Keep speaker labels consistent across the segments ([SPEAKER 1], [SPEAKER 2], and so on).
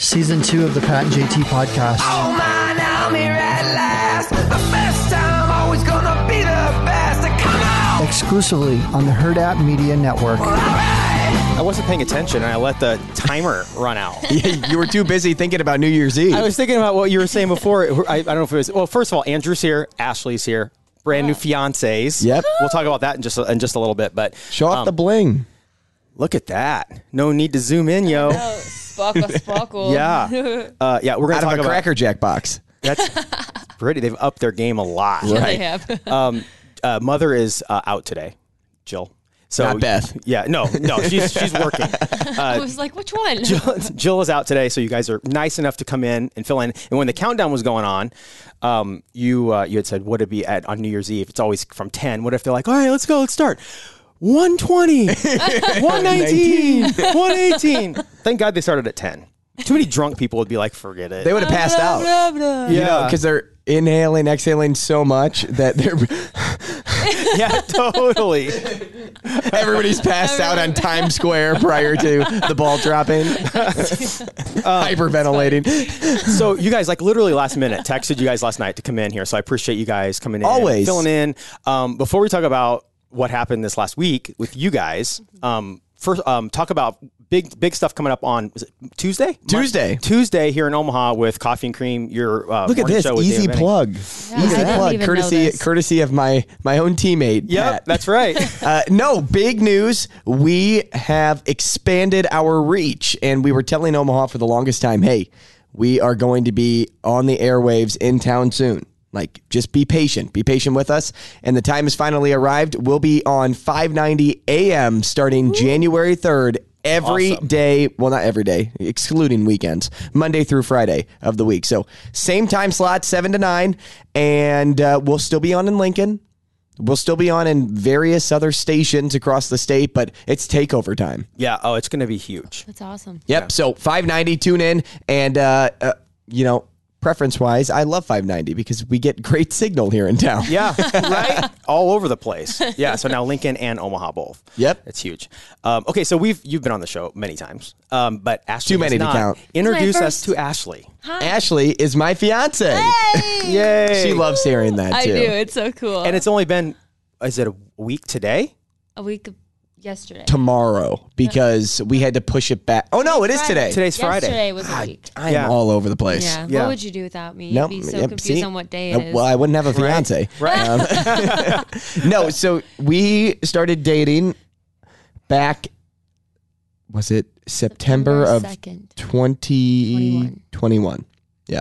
[SPEAKER 1] season two of the Pat and JT podcast.
[SPEAKER 2] Oh man, I'm here at last. The best time, always gonna be the best. Come on,
[SPEAKER 1] Exclusively on the Herd App Media Network.
[SPEAKER 3] I wasn't paying attention and I let the timer run out.
[SPEAKER 4] you were too busy thinking about New Year's Eve.
[SPEAKER 3] I was thinking about what you were saying before. I, I don't know if it was. Well, first of all, Andrew's here, Ashley's here, brand new fiancés.
[SPEAKER 4] Yep.
[SPEAKER 3] We'll talk about that in just a, in just a little bit. But
[SPEAKER 4] Show off
[SPEAKER 3] um,
[SPEAKER 4] the bling.
[SPEAKER 3] look at that. No need to zoom in, yo.
[SPEAKER 5] Oh, sparkle, sparkle.
[SPEAKER 3] Yeah, uh, yeah. We're gonna
[SPEAKER 4] Out of
[SPEAKER 3] talk
[SPEAKER 4] a
[SPEAKER 3] about
[SPEAKER 4] Cracker Jack box.
[SPEAKER 3] that's pretty. They've upped their game a lot.
[SPEAKER 5] They have.
[SPEAKER 3] Um, uh, mother is uh, out today, Jill. So
[SPEAKER 4] Not Beth.
[SPEAKER 3] Yeah, no, no, she's she's working.
[SPEAKER 5] I was like, which one?
[SPEAKER 3] Jill, Jill is out today, so you guys are nice enough to come in and fill in. And when the countdown was going on, um, you uh, you had said, "Would it be at on New Year's Eve?" It's always from ten. What if they're like, "All right, let's go, let's start." 120, 119, 118. Thank God they started at 10. Too many drunk people would be like, forget it.
[SPEAKER 4] They would have passed out.
[SPEAKER 3] yeah,
[SPEAKER 4] Because they're inhaling, exhaling so much that they're,
[SPEAKER 3] yeah, totally.
[SPEAKER 4] everybody's passed out on Times Square prior to the ball dropping. Hyperventilating.
[SPEAKER 3] so you guys like literally last minute texted you guys last night to come in here. So I appreciate you guys coming in,
[SPEAKER 4] Always.
[SPEAKER 3] filling in. Um, before we talk about what happened this last week with you guys, um, first um, talk about big big stuff coming up on is it Tuesday. Mon-
[SPEAKER 4] Tuesday.
[SPEAKER 3] Tuesday here in Omaha with Coffee and Cream. Your uh,
[SPEAKER 4] Look at
[SPEAKER 3] morning
[SPEAKER 4] this.
[SPEAKER 3] show with
[SPEAKER 4] Easy
[SPEAKER 3] Dan Benning.
[SPEAKER 4] plug. Easy
[SPEAKER 5] I didn't
[SPEAKER 4] plug.
[SPEAKER 5] even know
[SPEAKER 4] Courtesy
[SPEAKER 5] this.
[SPEAKER 4] courtesy of my my own teammate.
[SPEAKER 3] Yep,
[SPEAKER 4] Matt.
[SPEAKER 3] that's right.
[SPEAKER 4] Uh, no, big news. We have expanded our reach, and we were telling Omaha for the longest time, hey, we are going to be on the airwaves in town soon. Like, just be patient. Be patient with us. And the time has finally arrived. We'll be on 590 a.m. starting January 3rd every day.
[SPEAKER 3] Awesome.
[SPEAKER 4] Well, not every day, excluding weekends, Monday through Friday of the week. So, same time slot, 7 to 9. And uh, we'll still be on in Lincoln. We'll still be on in various other stations across the state, but it's takeover time.
[SPEAKER 3] yeah. Oh, it's going to be huge.
[SPEAKER 5] That's awesome.
[SPEAKER 4] Yep. So 590, tune in. And, uh, uh, you know, preference wise, I love 590 because we get great signal here in town.
[SPEAKER 3] Yeah, right. All over the place. Yeah. So now Lincoln and Omaha both.
[SPEAKER 4] Yep.
[SPEAKER 3] it's huge. Um, okay, so we've you've been on the show many times, um, but Ashley
[SPEAKER 4] Too many
[SPEAKER 3] has
[SPEAKER 4] to
[SPEAKER 3] not.
[SPEAKER 4] count.
[SPEAKER 3] Introduce
[SPEAKER 5] my
[SPEAKER 3] us
[SPEAKER 5] first.
[SPEAKER 3] to Ashley.
[SPEAKER 4] Ashley is my fiance.
[SPEAKER 3] Yay!
[SPEAKER 4] She loves hearing that
[SPEAKER 5] I
[SPEAKER 4] too.
[SPEAKER 5] do. It's so cool.
[SPEAKER 3] and it's only been is it a week today?
[SPEAKER 5] a week of- yesterday.
[SPEAKER 4] Tomorrow because we had to push it back. Oh, no, it is today.
[SPEAKER 3] Today's Friday.
[SPEAKER 5] Yesterday was a week.
[SPEAKER 4] I'm
[SPEAKER 3] Yeah.
[SPEAKER 4] all over the place.
[SPEAKER 5] Yeah.
[SPEAKER 3] Yeah.
[SPEAKER 5] What would you do without me?
[SPEAKER 4] No,
[SPEAKER 5] You'd be so
[SPEAKER 4] yep,
[SPEAKER 5] confused
[SPEAKER 4] see?
[SPEAKER 5] on what day
[SPEAKER 4] Uh,
[SPEAKER 5] it is.
[SPEAKER 4] Well, I wouldn't have a fiance. Um,
[SPEAKER 3] Right.
[SPEAKER 4] no, so we started dating back was it September, of
[SPEAKER 5] second.
[SPEAKER 4] 2021. 21. Yeah.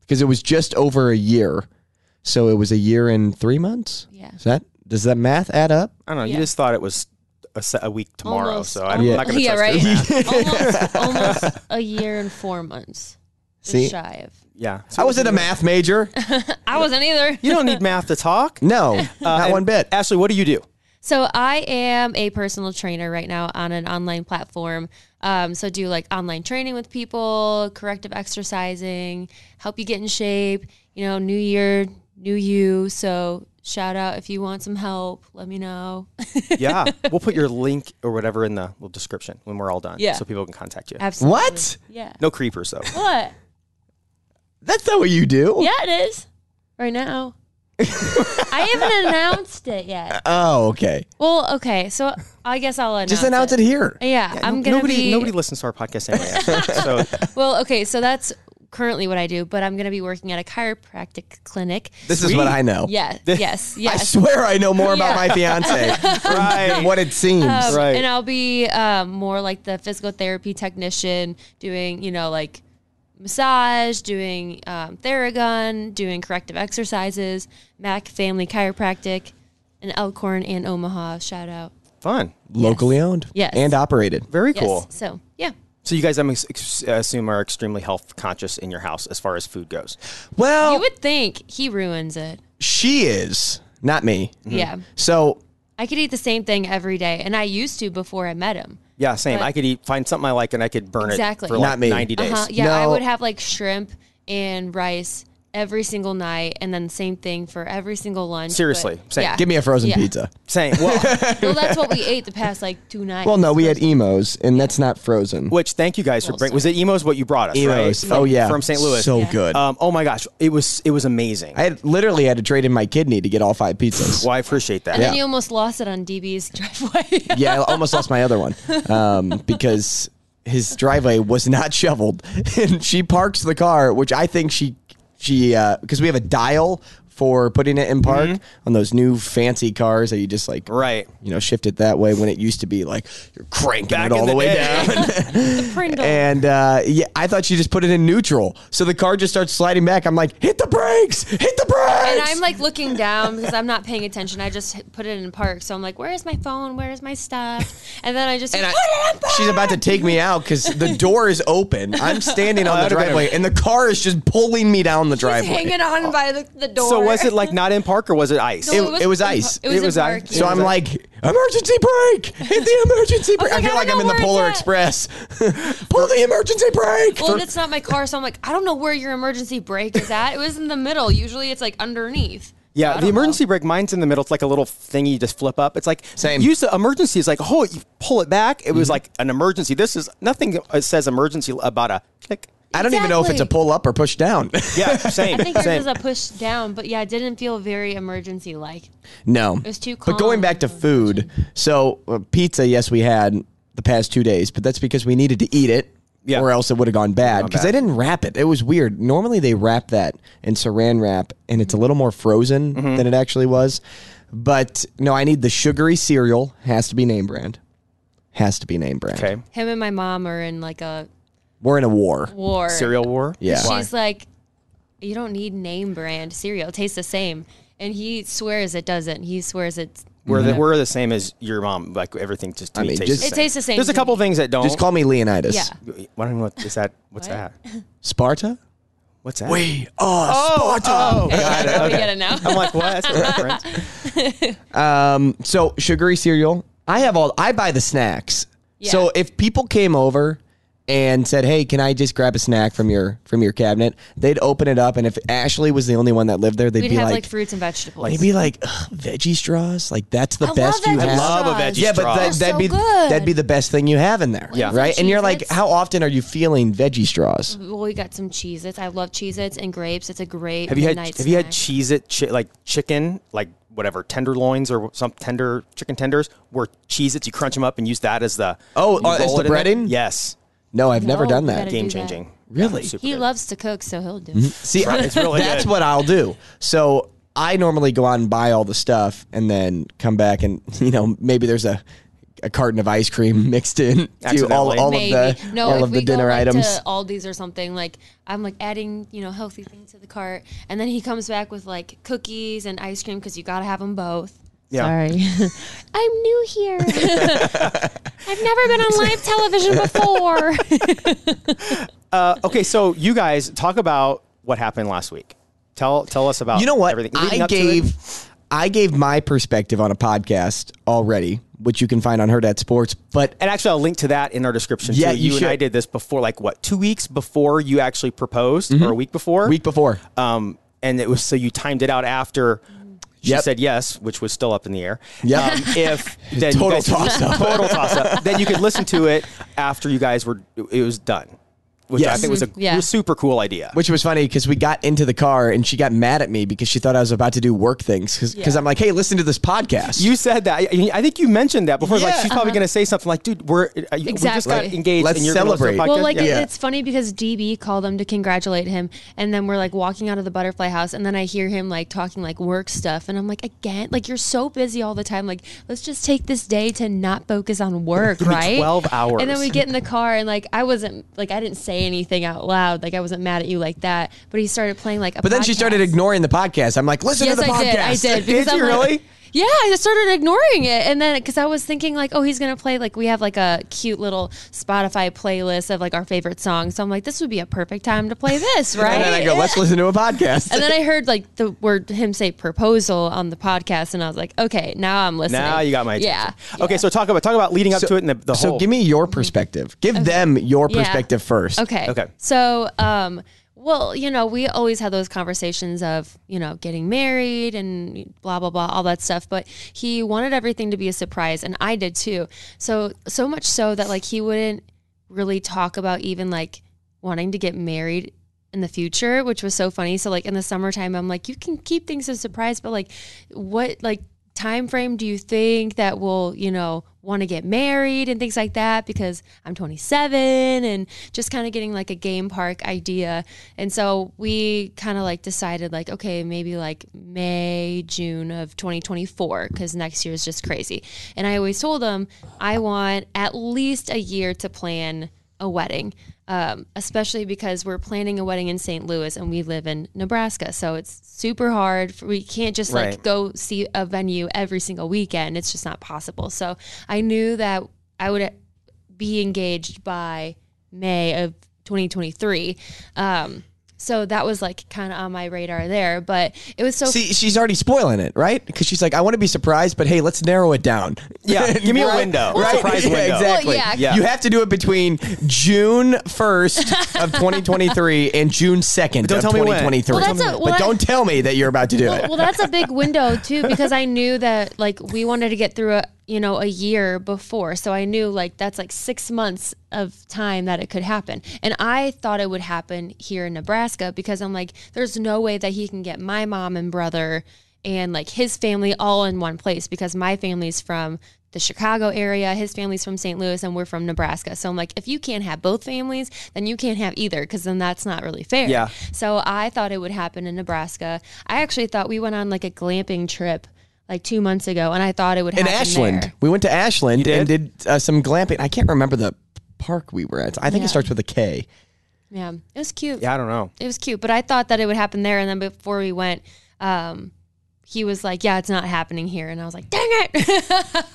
[SPEAKER 4] Because it was just over a year. So it was a year and 3 months?
[SPEAKER 5] Yeah.
[SPEAKER 4] Is that does that math add up?
[SPEAKER 3] I don't know. You
[SPEAKER 5] Yeah.
[SPEAKER 3] just thought it was a, se- a week tomorrow,
[SPEAKER 5] Almost,
[SPEAKER 3] so I'm
[SPEAKER 5] almost-
[SPEAKER 3] not going to
[SPEAKER 5] yeah,
[SPEAKER 3] trust
[SPEAKER 5] right.
[SPEAKER 3] your math.
[SPEAKER 5] almost, almost a year and four months. Just
[SPEAKER 4] See?
[SPEAKER 5] shy of.
[SPEAKER 3] Yeah. So
[SPEAKER 4] I wasn't a math major. Uh,
[SPEAKER 5] I wasn't either.
[SPEAKER 3] you don't need math to talk.
[SPEAKER 4] No, not
[SPEAKER 3] and
[SPEAKER 4] one bit.
[SPEAKER 3] Ashley, what do you do?
[SPEAKER 5] So I am a personal trainer right now on an online platform. Um, so do like online training with people, corrective exercising, help you get in shape. You know, new year, new you. So shout out if you want some help. Let me know.
[SPEAKER 3] Yeah, we'll put your link or whatever in the little description when we're all done,
[SPEAKER 5] Yeah.
[SPEAKER 3] so people can contact you.
[SPEAKER 5] Absolutely.
[SPEAKER 4] What?
[SPEAKER 5] Yeah.
[SPEAKER 3] No creepers though.
[SPEAKER 5] What?
[SPEAKER 4] That's not what you do.
[SPEAKER 5] Yeah, it is. Right now. I haven't announced it yet.
[SPEAKER 4] Oh, okay.
[SPEAKER 5] Well, okay. So I guess I'll announce.
[SPEAKER 4] Just announce it here.
[SPEAKER 5] Yeah, I'm gonna
[SPEAKER 3] nobody
[SPEAKER 5] be.
[SPEAKER 3] nobody listens to our podcast anyway. Ashley. so
[SPEAKER 5] Well, okay, so that's currently what I do, but I'm going to be working at a chiropractic clinic.
[SPEAKER 4] This is what I know.
[SPEAKER 5] Yeah, yes,
[SPEAKER 4] I
[SPEAKER 5] yes.
[SPEAKER 4] swear I know more about my fiance than
[SPEAKER 3] right.
[SPEAKER 4] what it seems.
[SPEAKER 5] Um,
[SPEAKER 3] right.
[SPEAKER 5] And I'll be um, more like the physical therapy technician doing, you know, like massage, doing um, Theragun, doing corrective exercises, Mac Family Chiropractic, in Elkhorn and Omaha. Shout out.
[SPEAKER 3] Fun.
[SPEAKER 4] Locally owned
[SPEAKER 5] Yes.
[SPEAKER 4] and operated.
[SPEAKER 3] Very
[SPEAKER 5] Yes.
[SPEAKER 3] cool.
[SPEAKER 5] So, yeah.
[SPEAKER 3] So you guys, I assume, are extremely health conscious in your house as far as food goes.
[SPEAKER 4] Well,
[SPEAKER 5] You would think he ruins it.
[SPEAKER 4] she is, not me.
[SPEAKER 5] Yeah.
[SPEAKER 4] So
[SPEAKER 5] I could eat the same thing every day, and I used to before I met him.
[SPEAKER 3] Yeah, same.
[SPEAKER 5] But-
[SPEAKER 3] I could eat, find something I like, and I could burn
[SPEAKER 5] Exactly.
[SPEAKER 3] it for like
[SPEAKER 4] Not me.
[SPEAKER 3] ninety days.
[SPEAKER 5] Uh-huh. Yeah, I
[SPEAKER 4] No.
[SPEAKER 5] would have like shrimp and rice every single night, and then same thing for every single lunch. but-
[SPEAKER 3] Seriously, same.
[SPEAKER 4] Give me a frozen
[SPEAKER 5] Yeah.
[SPEAKER 4] pizza.
[SPEAKER 3] Same. Well,
[SPEAKER 5] Well, that's what we ate the past like two nights.
[SPEAKER 4] Well, no, we had emos, and that's not frozen.
[SPEAKER 3] which thank you guys for
[SPEAKER 5] Well,
[SPEAKER 3] bringing. Was it emo's what you brought us? right?
[SPEAKER 4] Emos. Oh
[SPEAKER 3] From-
[SPEAKER 4] yeah,
[SPEAKER 3] from St. Louis.
[SPEAKER 4] So
[SPEAKER 5] Yeah.
[SPEAKER 4] good.
[SPEAKER 3] Um, oh my gosh, it was it was amazing.
[SPEAKER 4] I had, literally had to trade in my kidney to get all five pizzas.
[SPEAKER 3] well, I appreciate that.
[SPEAKER 5] and then
[SPEAKER 4] yeah.
[SPEAKER 5] you almost lost it on DB's driveway.
[SPEAKER 4] yeah, I almost lost my other one um, because his driveway was not shoveled, and she parks the car, which I think she she because we have a dial for putting it in park on those new fancy cars that you just like
[SPEAKER 3] Mm-hmm. Right.
[SPEAKER 4] you know shift it that way when it used to be like you're cranking
[SPEAKER 3] Back
[SPEAKER 4] it all
[SPEAKER 3] in
[SPEAKER 4] the,
[SPEAKER 3] the
[SPEAKER 4] way
[SPEAKER 3] day.
[SPEAKER 4] down.
[SPEAKER 5] Pringle.
[SPEAKER 4] And uh, yeah, I thought she just put it in neutral, so the car just starts sliding back. I'm like, hit the brakes, hit the brakes.
[SPEAKER 5] and I'm like looking down because I'm not paying attention. I just hit- put it in park. So I'm like, where is my phone? Where is my stuff? And then I just
[SPEAKER 4] And I-
[SPEAKER 5] put it in park.
[SPEAKER 4] she's about to take me out because the door is open. I'm standing on the
[SPEAKER 3] That'd have been
[SPEAKER 4] driveway, and the car is just pulling me down the
[SPEAKER 5] She's
[SPEAKER 4] driveway.
[SPEAKER 5] hanging on by the, the door.
[SPEAKER 3] So was it like not in park or was it ice?
[SPEAKER 5] No,
[SPEAKER 4] it was
[SPEAKER 5] in-
[SPEAKER 4] ice.
[SPEAKER 5] It was,
[SPEAKER 3] It was
[SPEAKER 5] in
[SPEAKER 3] ice.
[SPEAKER 5] park,
[SPEAKER 4] So
[SPEAKER 5] yeah.
[SPEAKER 4] I'm like, emergency brake! Hit the emergency brake! I,
[SPEAKER 5] like,
[SPEAKER 4] feel
[SPEAKER 5] I
[SPEAKER 4] like
[SPEAKER 5] don't
[SPEAKER 4] I'm in
[SPEAKER 5] know
[SPEAKER 4] the
[SPEAKER 5] where it's
[SPEAKER 4] Polar
[SPEAKER 5] at.
[SPEAKER 4] Express. Pull the emergency brake!
[SPEAKER 5] well, and it's not my car, so I'm like, I don't know where your emergency brake is at. It was in the middle. Usually, it's like underneath. So I
[SPEAKER 3] yeah, the
[SPEAKER 5] don't know.
[SPEAKER 3] emergency brake. Mine's in the middle. It's like a little thing you just flip up. It's like
[SPEAKER 4] Same. Mm-hmm.
[SPEAKER 3] Use the emergency. It's like oh, you pull it back. It was like an emergency. This is nothing. uh, says emergency about a click.
[SPEAKER 4] I don't even know if it's a
[SPEAKER 5] Exactly.
[SPEAKER 4] pull up or push down.
[SPEAKER 3] Yeah, same.
[SPEAKER 5] I think yours
[SPEAKER 3] same.
[SPEAKER 5] was a push down, but yeah, it didn't feel very emergency like.
[SPEAKER 4] No.
[SPEAKER 5] was too
[SPEAKER 4] But going
[SPEAKER 5] calm.
[SPEAKER 4] back to food, so uh, pizza, yes, we had the past two days, but that's because we needed to eat it.
[SPEAKER 3] Yeah.
[SPEAKER 4] Or else it would have gone bad
[SPEAKER 3] Gone
[SPEAKER 4] because they
[SPEAKER 3] bad.
[SPEAKER 4] didn't wrap it. It was weird. Normally they wrap that in saran wrap and it's a little more frozen
[SPEAKER 3] Mm-hmm.
[SPEAKER 4] than it actually was. But no, I need the sugary cereal. Has to be name brand. Has to be name brand.
[SPEAKER 3] okay.
[SPEAKER 5] Him and my mom are in like a
[SPEAKER 4] We're in a war.
[SPEAKER 5] war.
[SPEAKER 3] Cereal war.
[SPEAKER 4] Yeah. Why?
[SPEAKER 5] She's like, you don't need name brand cereal. It tastes the same. And he swears it doesn't. He swears it's.
[SPEAKER 3] We're the, we're the same as your mom. Like everything just to
[SPEAKER 4] Mm-hmm. I
[SPEAKER 3] me
[SPEAKER 4] mean,
[SPEAKER 3] tastes
[SPEAKER 4] just-
[SPEAKER 3] the
[SPEAKER 5] It
[SPEAKER 3] same.
[SPEAKER 5] tastes the same.
[SPEAKER 3] There's a
[SPEAKER 5] to
[SPEAKER 3] couple
[SPEAKER 5] me.
[SPEAKER 3] things that don't.
[SPEAKER 4] Just call me Leonidas.
[SPEAKER 5] Yeah.
[SPEAKER 3] I don't even know what is that. What's that?
[SPEAKER 4] Sparta?
[SPEAKER 3] What's that?
[SPEAKER 4] We are Sparta.
[SPEAKER 3] got it.
[SPEAKER 5] Oh, We
[SPEAKER 3] Okay.
[SPEAKER 5] get it now.
[SPEAKER 3] I'm like, what? That's a reference.
[SPEAKER 4] So sugary cereal. I have all. I buy the snacks.
[SPEAKER 5] Yeah.
[SPEAKER 4] So if people came over and said, "Hey, can I just grab a snack from your from your cabinet?" They'd open it up, and if Ashley was the only one that lived there, they'd
[SPEAKER 5] We'd
[SPEAKER 4] be
[SPEAKER 5] have
[SPEAKER 4] like,
[SPEAKER 5] like, fruits and vegetables.
[SPEAKER 4] they'd be like, "Ugh, "Veggie straws? Like that's the
[SPEAKER 5] I
[SPEAKER 4] best
[SPEAKER 5] love
[SPEAKER 4] you
[SPEAKER 5] veggie
[SPEAKER 4] have."
[SPEAKER 3] love a
[SPEAKER 5] straws.
[SPEAKER 3] veggie
[SPEAKER 4] yeah, but that,
[SPEAKER 3] straws.
[SPEAKER 4] that'd
[SPEAKER 5] So
[SPEAKER 4] be
[SPEAKER 5] good.
[SPEAKER 4] that'd be the best thing you have in there,
[SPEAKER 3] Yeah.
[SPEAKER 4] right? And you're like,
[SPEAKER 5] Cheez-Its.
[SPEAKER 4] how often are you feeling veggie straws?
[SPEAKER 5] Well, we got some Cheez-Its. I love Cheez-Its and grapes. It's a great
[SPEAKER 3] Have you had
[SPEAKER 5] midnight
[SPEAKER 3] Have you had
[SPEAKER 5] snack.
[SPEAKER 3] cheese it chi- like chicken like whatever tenderloins or some tender chicken tenders where cheese its you crunch them up and use that as the
[SPEAKER 4] Oh,
[SPEAKER 3] you
[SPEAKER 4] uh, as
[SPEAKER 3] roll
[SPEAKER 4] the
[SPEAKER 3] it in there?
[SPEAKER 4] breading?
[SPEAKER 3] Yes,
[SPEAKER 4] No, I've never
[SPEAKER 5] No,
[SPEAKER 4] done
[SPEAKER 5] you
[SPEAKER 4] that.
[SPEAKER 5] gotta
[SPEAKER 3] game
[SPEAKER 5] do that.
[SPEAKER 3] changing.
[SPEAKER 4] Really?
[SPEAKER 3] Yeah, super
[SPEAKER 5] He
[SPEAKER 3] good.
[SPEAKER 5] loves to cook, so he'll do.
[SPEAKER 3] Mm-hmm.
[SPEAKER 4] See,
[SPEAKER 3] It's really
[SPEAKER 4] that's
[SPEAKER 3] good.
[SPEAKER 4] what I'll do. So I normally go out and buy all the stuff and then come back and you know maybe there's a a carton of ice cream mixed in to all,
[SPEAKER 3] Accidentally.
[SPEAKER 4] all of
[SPEAKER 5] Maybe
[SPEAKER 4] the
[SPEAKER 5] no,
[SPEAKER 4] all
[SPEAKER 5] if
[SPEAKER 4] of the
[SPEAKER 5] we
[SPEAKER 4] dinner
[SPEAKER 5] go, like,
[SPEAKER 4] items.
[SPEAKER 5] to Aldi's or something. Like I'm like adding you know healthy things to the cart, and then he comes back with like cookies and ice cream because you gotta have them both.
[SPEAKER 3] Yeah.
[SPEAKER 5] Sorry, I'm new here. I've never been on live television before.
[SPEAKER 3] Okay, so you guys talk about what happened last week. Tell Tell us about
[SPEAKER 4] you know what?
[SPEAKER 3] everything. leading
[SPEAKER 4] I
[SPEAKER 3] up to it.
[SPEAKER 4] gave I gave my perspective on a podcast already, which you can find on Herd at Sports, but
[SPEAKER 3] And actually, I'll link to that in our description.
[SPEAKER 4] Yeah,
[SPEAKER 3] too.
[SPEAKER 4] you
[SPEAKER 3] and I
[SPEAKER 4] should.
[SPEAKER 3] did this before, like what, two weeks before you actually proposed, or a week before?
[SPEAKER 4] Mm-hmm. week before.
[SPEAKER 3] Um, and it was so you timed it out after she
[SPEAKER 4] Yep.
[SPEAKER 3] said yes, which was still up in the air.
[SPEAKER 4] Yep.
[SPEAKER 3] Um, if then you
[SPEAKER 4] Total
[SPEAKER 3] guys-
[SPEAKER 4] toss-up.
[SPEAKER 3] total toss up. Then you could listen to it after you guys were it was done, which I
[SPEAKER 4] Yes.
[SPEAKER 3] think was a
[SPEAKER 5] Mhm. Yeah.
[SPEAKER 3] super cool idea.
[SPEAKER 4] Which was funny because we got into the car and she got mad at me because she thought I was about to do work things because
[SPEAKER 5] Yeah.
[SPEAKER 4] I'm like, hey, listen to this podcast.
[SPEAKER 3] you said that. I, I think you mentioned that before. Like
[SPEAKER 4] Yeah.
[SPEAKER 3] she's probably going to say something like, "Dude, we're uh, we just got
[SPEAKER 5] Uh-huh. Exactly.
[SPEAKER 3] engaged.
[SPEAKER 4] Let's
[SPEAKER 3] and you're gonna listen to the
[SPEAKER 4] celebrate.
[SPEAKER 3] podcast?"
[SPEAKER 5] Well, like
[SPEAKER 3] Yeah.
[SPEAKER 5] it's funny because DB called him to congratulate him, and then we're like walking out of the butterfly house, and then I hear him like talking like work stuff, and I'm like, again, like you're so busy all the time. Like, let's just take this day to not focus on work,
[SPEAKER 3] me
[SPEAKER 5] right?
[SPEAKER 3] 12 hours.
[SPEAKER 5] And then we get in the car, and like I wasn't like I didn't say anything out loud, like I wasn't mad at you like that, but he started playing like. A
[SPEAKER 4] But then she started ignoring the podcast. I'm like, listen
[SPEAKER 5] Yes,
[SPEAKER 4] to the
[SPEAKER 5] I
[SPEAKER 4] podcast.
[SPEAKER 5] did. I did.
[SPEAKER 3] Did you
[SPEAKER 5] like-
[SPEAKER 3] really?
[SPEAKER 5] yeah, I just started ignoring it, and then because I was thinking like, oh, he's gonna play like we have like a cute little Spotify playlist of like our favorite songs. So I'm like, this would be a perfect time to play this, right?
[SPEAKER 4] And then I go, let's listen to a podcast.
[SPEAKER 5] And then I heard like the word him say proposal on the podcast, and I was like, okay, now I'm listening.
[SPEAKER 3] now you got my attention.
[SPEAKER 5] yeah.
[SPEAKER 3] Okay, so talk about talk about leading up to it and the, the
[SPEAKER 4] so
[SPEAKER 3] whole.
[SPEAKER 4] give me your perspective. Give them your
[SPEAKER 5] Yeah.
[SPEAKER 4] perspective first.
[SPEAKER 5] Okay.
[SPEAKER 3] Okay.
[SPEAKER 5] So um, Well, you know, we always had those conversations of, you know, getting married and blah, blah, blah, all that stuff. But he wanted everything to be a surprise, and I did too. So, so much so that like he wouldn't really talk about even like wanting to get married in the future, which was so funny. So, like in the summertime, I'm like, you can keep things a surprise, but like, what, like, time frame do you think that will you know want to get married and things like that because i'm 27 and just kind of getting like a game park idea and so we kind of like decided like okay maybe like may june of 2024 because next year is just crazy and i always told them i want at least a year to plan a wedding um, especially because we're planning a wedding in st louis and we live in nebraska so it's super hard for, we can't just like
[SPEAKER 3] Right.
[SPEAKER 5] go go see a venue every single weekend. It's just not possible. So I knew that I would be engaged by May of 2023. Um, so that was like kind of on my radar there, but it was so
[SPEAKER 4] See, she's already spoiling it, right? Because she's like, I want to be surprised, but hey, let's narrow it down.
[SPEAKER 3] Yeah, give me a
[SPEAKER 4] Right?
[SPEAKER 3] window, a
[SPEAKER 4] Right?
[SPEAKER 3] surprise
[SPEAKER 4] Yeah,
[SPEAKER 3] window.
[SPEAKER 4] Exactly.
[SPEAKER 5] Well, yeah.
[SPEAKER 3] Yeah.
[SPEAKER 4] You have to do it between June 1st of 2023 and June 2nd
[SPEAKER 3] don't
[SPEAKER 4] of
[SPEAKER 3] tell me when.
[SPEAKER 4] 2023.
[SPEAKER 5] Well, that's a- well,
[SPEAKER 4] but
[SPEAKER 5] that-
[SPEAKER 4] don't tell me that you're about to do
[SPEAKER 5] well,
[SPEAKER 4] it.
[SPEAKER 5] well, that's a big window too because I knew that like we wanted to get through a you know a year before, so I knew like that's like six months of time that it could happen, and I thought it would happen here in Nebraska because I'm like, there's no way that he can get my mom and brother and like his family all in one place because my family's from the Chicago area, his family's from St. Louis, and we're from Nebraska. So I'm like, if you can't have both families, then you can't have either, because then that's not really fair.
[SPEAKER 3] Yeah.
[SPEAKER 5] So I thought it would happen in Nebraska. I actually thought we went on like a glamping trip like two months ago, and I thought it would
[SPEAKER 4] in
[SPEAKER 5] happen
[SPEAKER 4] Ashland.
[SPEAKER 5] there.
[SPEAKER 4] We went to Ashland and did uh, some glamping. I can't remember the park we were at. I think
[SPEAKER 5] Yeah.
[SPEAKER 4] it starts with a K.
[SPEAKER 5] Yeah, it was cute.
[SPEAKER 3] Yeah, I don't know.
[SPEAKER 5] It was cute, but I thought that it would happen there. And then before we went, um, he was like, "Yeah, it's not happening here," and I was like, "Dang it!"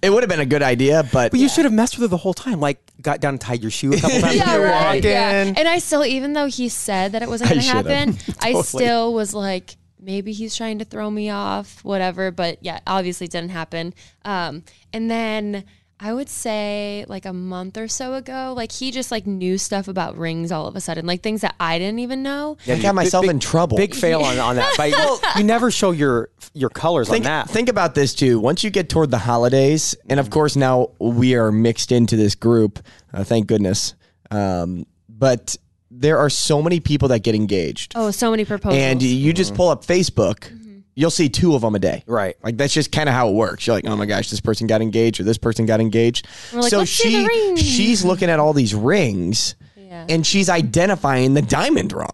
[SPEAKER 4] It would have been a good idea, but
[SPEAKER 3] But you should have messed with her the whole time. Like, got down and tied your shoe a couple times
[SPEAKER 5] yeah,
[SPEAKER 3] when you were
[SPEAKER 5] right.
[SPEAKER 3] walking.
[SPEAKER 5] Yeah. And I still, even though he said that it wasn't
[SPEAKER 4] I
[SPEAKER 5] going to
[SPEAKER 4] should've.
[SPEAKER 5] happen, I still was like, maybe he's trying to throw me off, whatever. But yeah, obviously didn't happen. Um, and then I would say like a month or so ago, like he just like knew stuff about rings all of a sudden, like things that I didn't even know.
[SPEAKER 4] I got myself in trouble.
[SPEAKER 3] Big fail on, on that. But you never show your your colors
[SPEAKER 4] think,
[SPEAKER 3] on that.
[SPEAKER 4] think about this too. Once you get toward the holidays, and of course now we are mixed into this group. Uh, thank goodness. Um, but there are so many people that get engaged,
[SPEAKER 5] Oh, so many proposals. Mm-hmm.
[SPEAKER 4] and you just pull up Facebook. You'll see two of them a day.
[SPEAKER 3] Mm-hmm. Right.
[SPEAKER 4] Like that's just kind of how it works. You're like, oh my gosh, this person got engaged or this person got engaged.
[SPEAKER 5] We're like,
[SPEAKER 4] so
[SPEAKER 5] "Let's see the
[SPEAKER 4] she
[SPEAKER 5] ring."
[SPEAKER 4] she's looking at all these rings
[SPEAKER 5] Yeah.
[SPEAKER 4] and she's identifying the diamond wrong.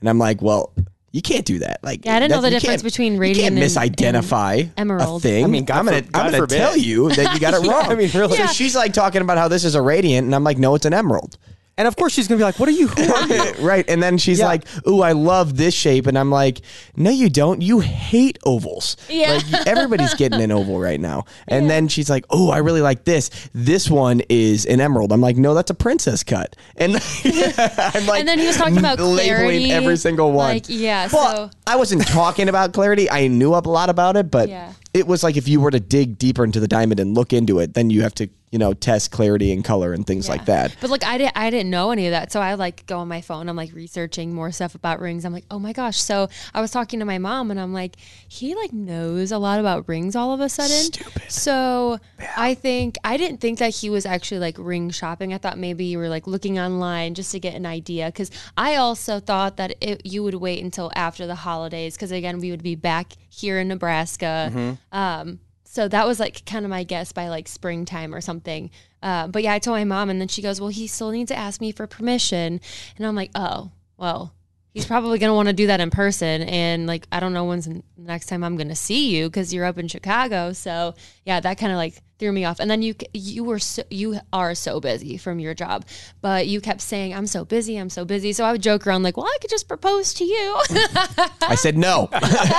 [SPEAKER 4] And I'm like, well, you can't do that. Like,
[SPEAKER 5] Yeah, I didn't know
[SPEAKER 4] that's-
[SPEAKER 5] the
[SPEAKER 4] you
[SPEAKER 5] difference
[SPEAKER 4] can't-
[SPEAKER 5] between
[SPEAKER 4] You
[SPEAKER 5] radium
[SPEAKER 4] can't
[SPEAKER 5] and-
[SPEAKER 4] misidentify
[SPEAKER 5] and emerald.
[SPEAKER 4] a thing.
[SPEAKER 3] I mean, God
[SPEAKER 4] I'm gonna,
[SPEAKER 3] for- God
[SPEAKER 4] I'm gonna
[SPEAKER 3] forbid.
[SPEAKER 4] tell you that you got it wrong.
[SPEAKER 3] I mean, really.
[SPEAKER 4] So
[SPEAKER 3] Yeah.
[SPEAKER 4] she's like talking about how this is a radiant, and I'm like, no, it's an emerald.
[SPEAKER 3] and of course, she's gonna be like, "What are you? Who are you?"
[SPEAKER 4] right. And then she's
[SPEAKER 3] Yeah.
[SPEAKER 4] like, ooh, I love this shape. And I'm like, no, you don't. You hate ovals.
[SPEAKER 5] Yeah.
[SPEAKER 4] Like, everybody's getting an oval right now. And then she's like, oh, I really like this. This one is an emerald. I'm like, no, that's a princess cut. And I'm like,
[SPEAKER 5] And then he was talking about
[SPEAKER 4] labeling
[SPEAKER 5] clarity.
[SPEAKER 4] every single one.
[SPEAKER 5] Like, yeah,
[SPEAKER 4] Well,
[SPEAKER 5] so-
[SPEAKER 4] I wasn't talking about clarity. I knew a lot about it, but
[SPEAKER 5] Yeah.
[SPEAKER 4] it was like if you were to dig deeper into the diamond and look into it, then you have to, you know, test clarity and color and things like
[SPEAKER 5] Yeah.
[SPEAKER 4] that.
[SPEAKER 5] But like I didn't I didn't know any of that. So I like go on my phone, I'm like researching more stuff about rings. I'm like, "Oh my gosh." So I was talking to my mom and I'm like, "He like knows a lot about rings all of a sudden." Stupid. So I think I didn't think that he was actually like ring shopping. I thought maybe you were like looking online just to get an idea cuz I also thought that it, you would wait until after the holidays cuz again, we would be back here in
[SPEAKER 4] Mm-hmm.
[SPEAKER 5] Nebraska. Um so that was like kind of my guess by like springtime or something. Uh, but yeah, I told my mom, and then she goes, "Well, he still needs to ask me for permission," and I'm like, "Oh, well, he's probably gonna want to do that in person, and like I don't know when's the next time I'm gonna see you because you're up in Chicago." So yeah, that kind of like threw me off. And then you c- you were so, you are so busy from your job, but you kept saying, "I'm so busy, I'm so busy." So I would joke around like, "Well, I could just propose to you."
[SPEAKER 4] I said no.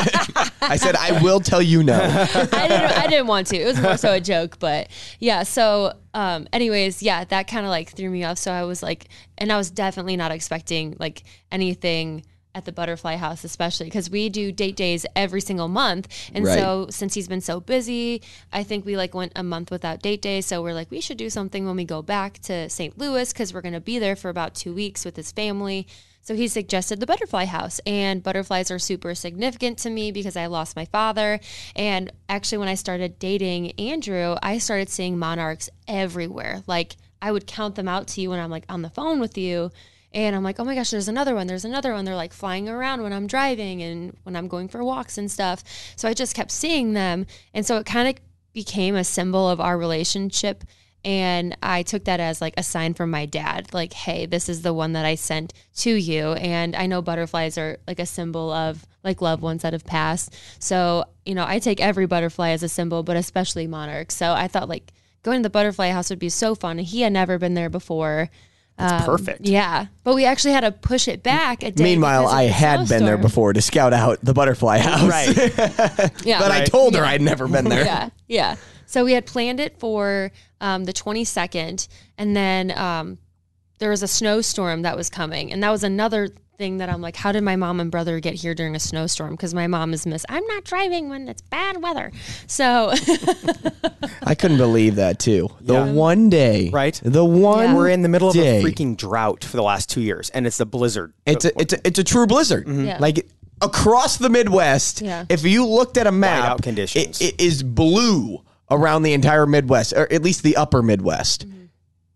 [SPEAKER 4] I said I will tell you no.
[SPEAKER 5] I didn't. I didn't want to. It was more so a joke, but yeah. So, um, anyways, yeah, that kind of like threw me off. So I was like, and I was definitely not expecting like anything at the butterfly house especially because we do date days every single month and
[SPEAKER 4] Right.
[SPEAKER 5] so since he's been so busy i think we like went a month without date day so we're like we should do something when we go back to st louis because we're going to be there for about two weeks with his family so he suggested the butterfly house and butterflies are super significant to me because i lost my father and actually when i started dating andrew i started seeing monarchs everywhere like i would count them out to you when i'm like on the phone with you and I'm like, oh my gosh, there's another one. There's another one. They're like flying around when I'm driving and when I'm going for walks and stuff. So I just kept seeing them. And so it kind of became a symbol of our relationship. And I took that as like a sign from my dad, like, hey, this is the one that I sent to you. And I know butterflies are like a symbol of like loved ones that have passed. So, you know, I take every butterfly as a symbol, but especially monarchs. So I thought like going to the butterfly house would be so fun. He had never been there before.
[SPEAKER 3] It's perfect.
[SPEAKER 5] Yeah, but we actually had to push it back a day.
[SPEAKER 4] Meanwhile,
[SPEAKER 5] because of
[SPEAKER 4] I
[SPEAKER 5] the
[SPEAKER 4] had been there
[SPEAKER 5] snowstorm.
[SPEAKER 4] before to scout out the butterfly house.
[SPEAKER 3] Right.
[SPEAKER 5] Yeah,
[SPEAKER 4] but I told her I'd never been there.
[SPEAKER 5] yeah, yeah. So we had planned it for um, the 22nd, and then um, there was a snowstorm that was coming, and that was another thing that I'm like, how did my mom and brother get here during a snowstorm? Because my mom is miss. I'm not driving when it's bad weather. So
[SPEAKER 4] I couldn't believe that too. The
[SPEAKER 3] Yeah.
[SPEAKER 4] one day,
[SPEAKER 3] Right.
[SPEAKER 4] The one
[SPEAKER 5] Yeah.
[SPEAKER 3] We're in the middle of
[SPEAKER 4] Day.
[SPEAKER 3] a freaking drought for the last two years, and it's a blizzard.
[SPEAKER 4] It's a, it's a, it's a true blizzard.
[SPEAKER 3] Mm-hmm.
[SPEAKER 5] Yeah.
[SPEAKER 4] Like across the Midwest,
[SPEAKER 5] Yeah.
[SPEAKER 4] if you looked at a map,
[SPEAKER 3] Whiteout conditions.
[SPEAKER 4] It, it is blue around the entire Midwest, or at least the upper Midwest.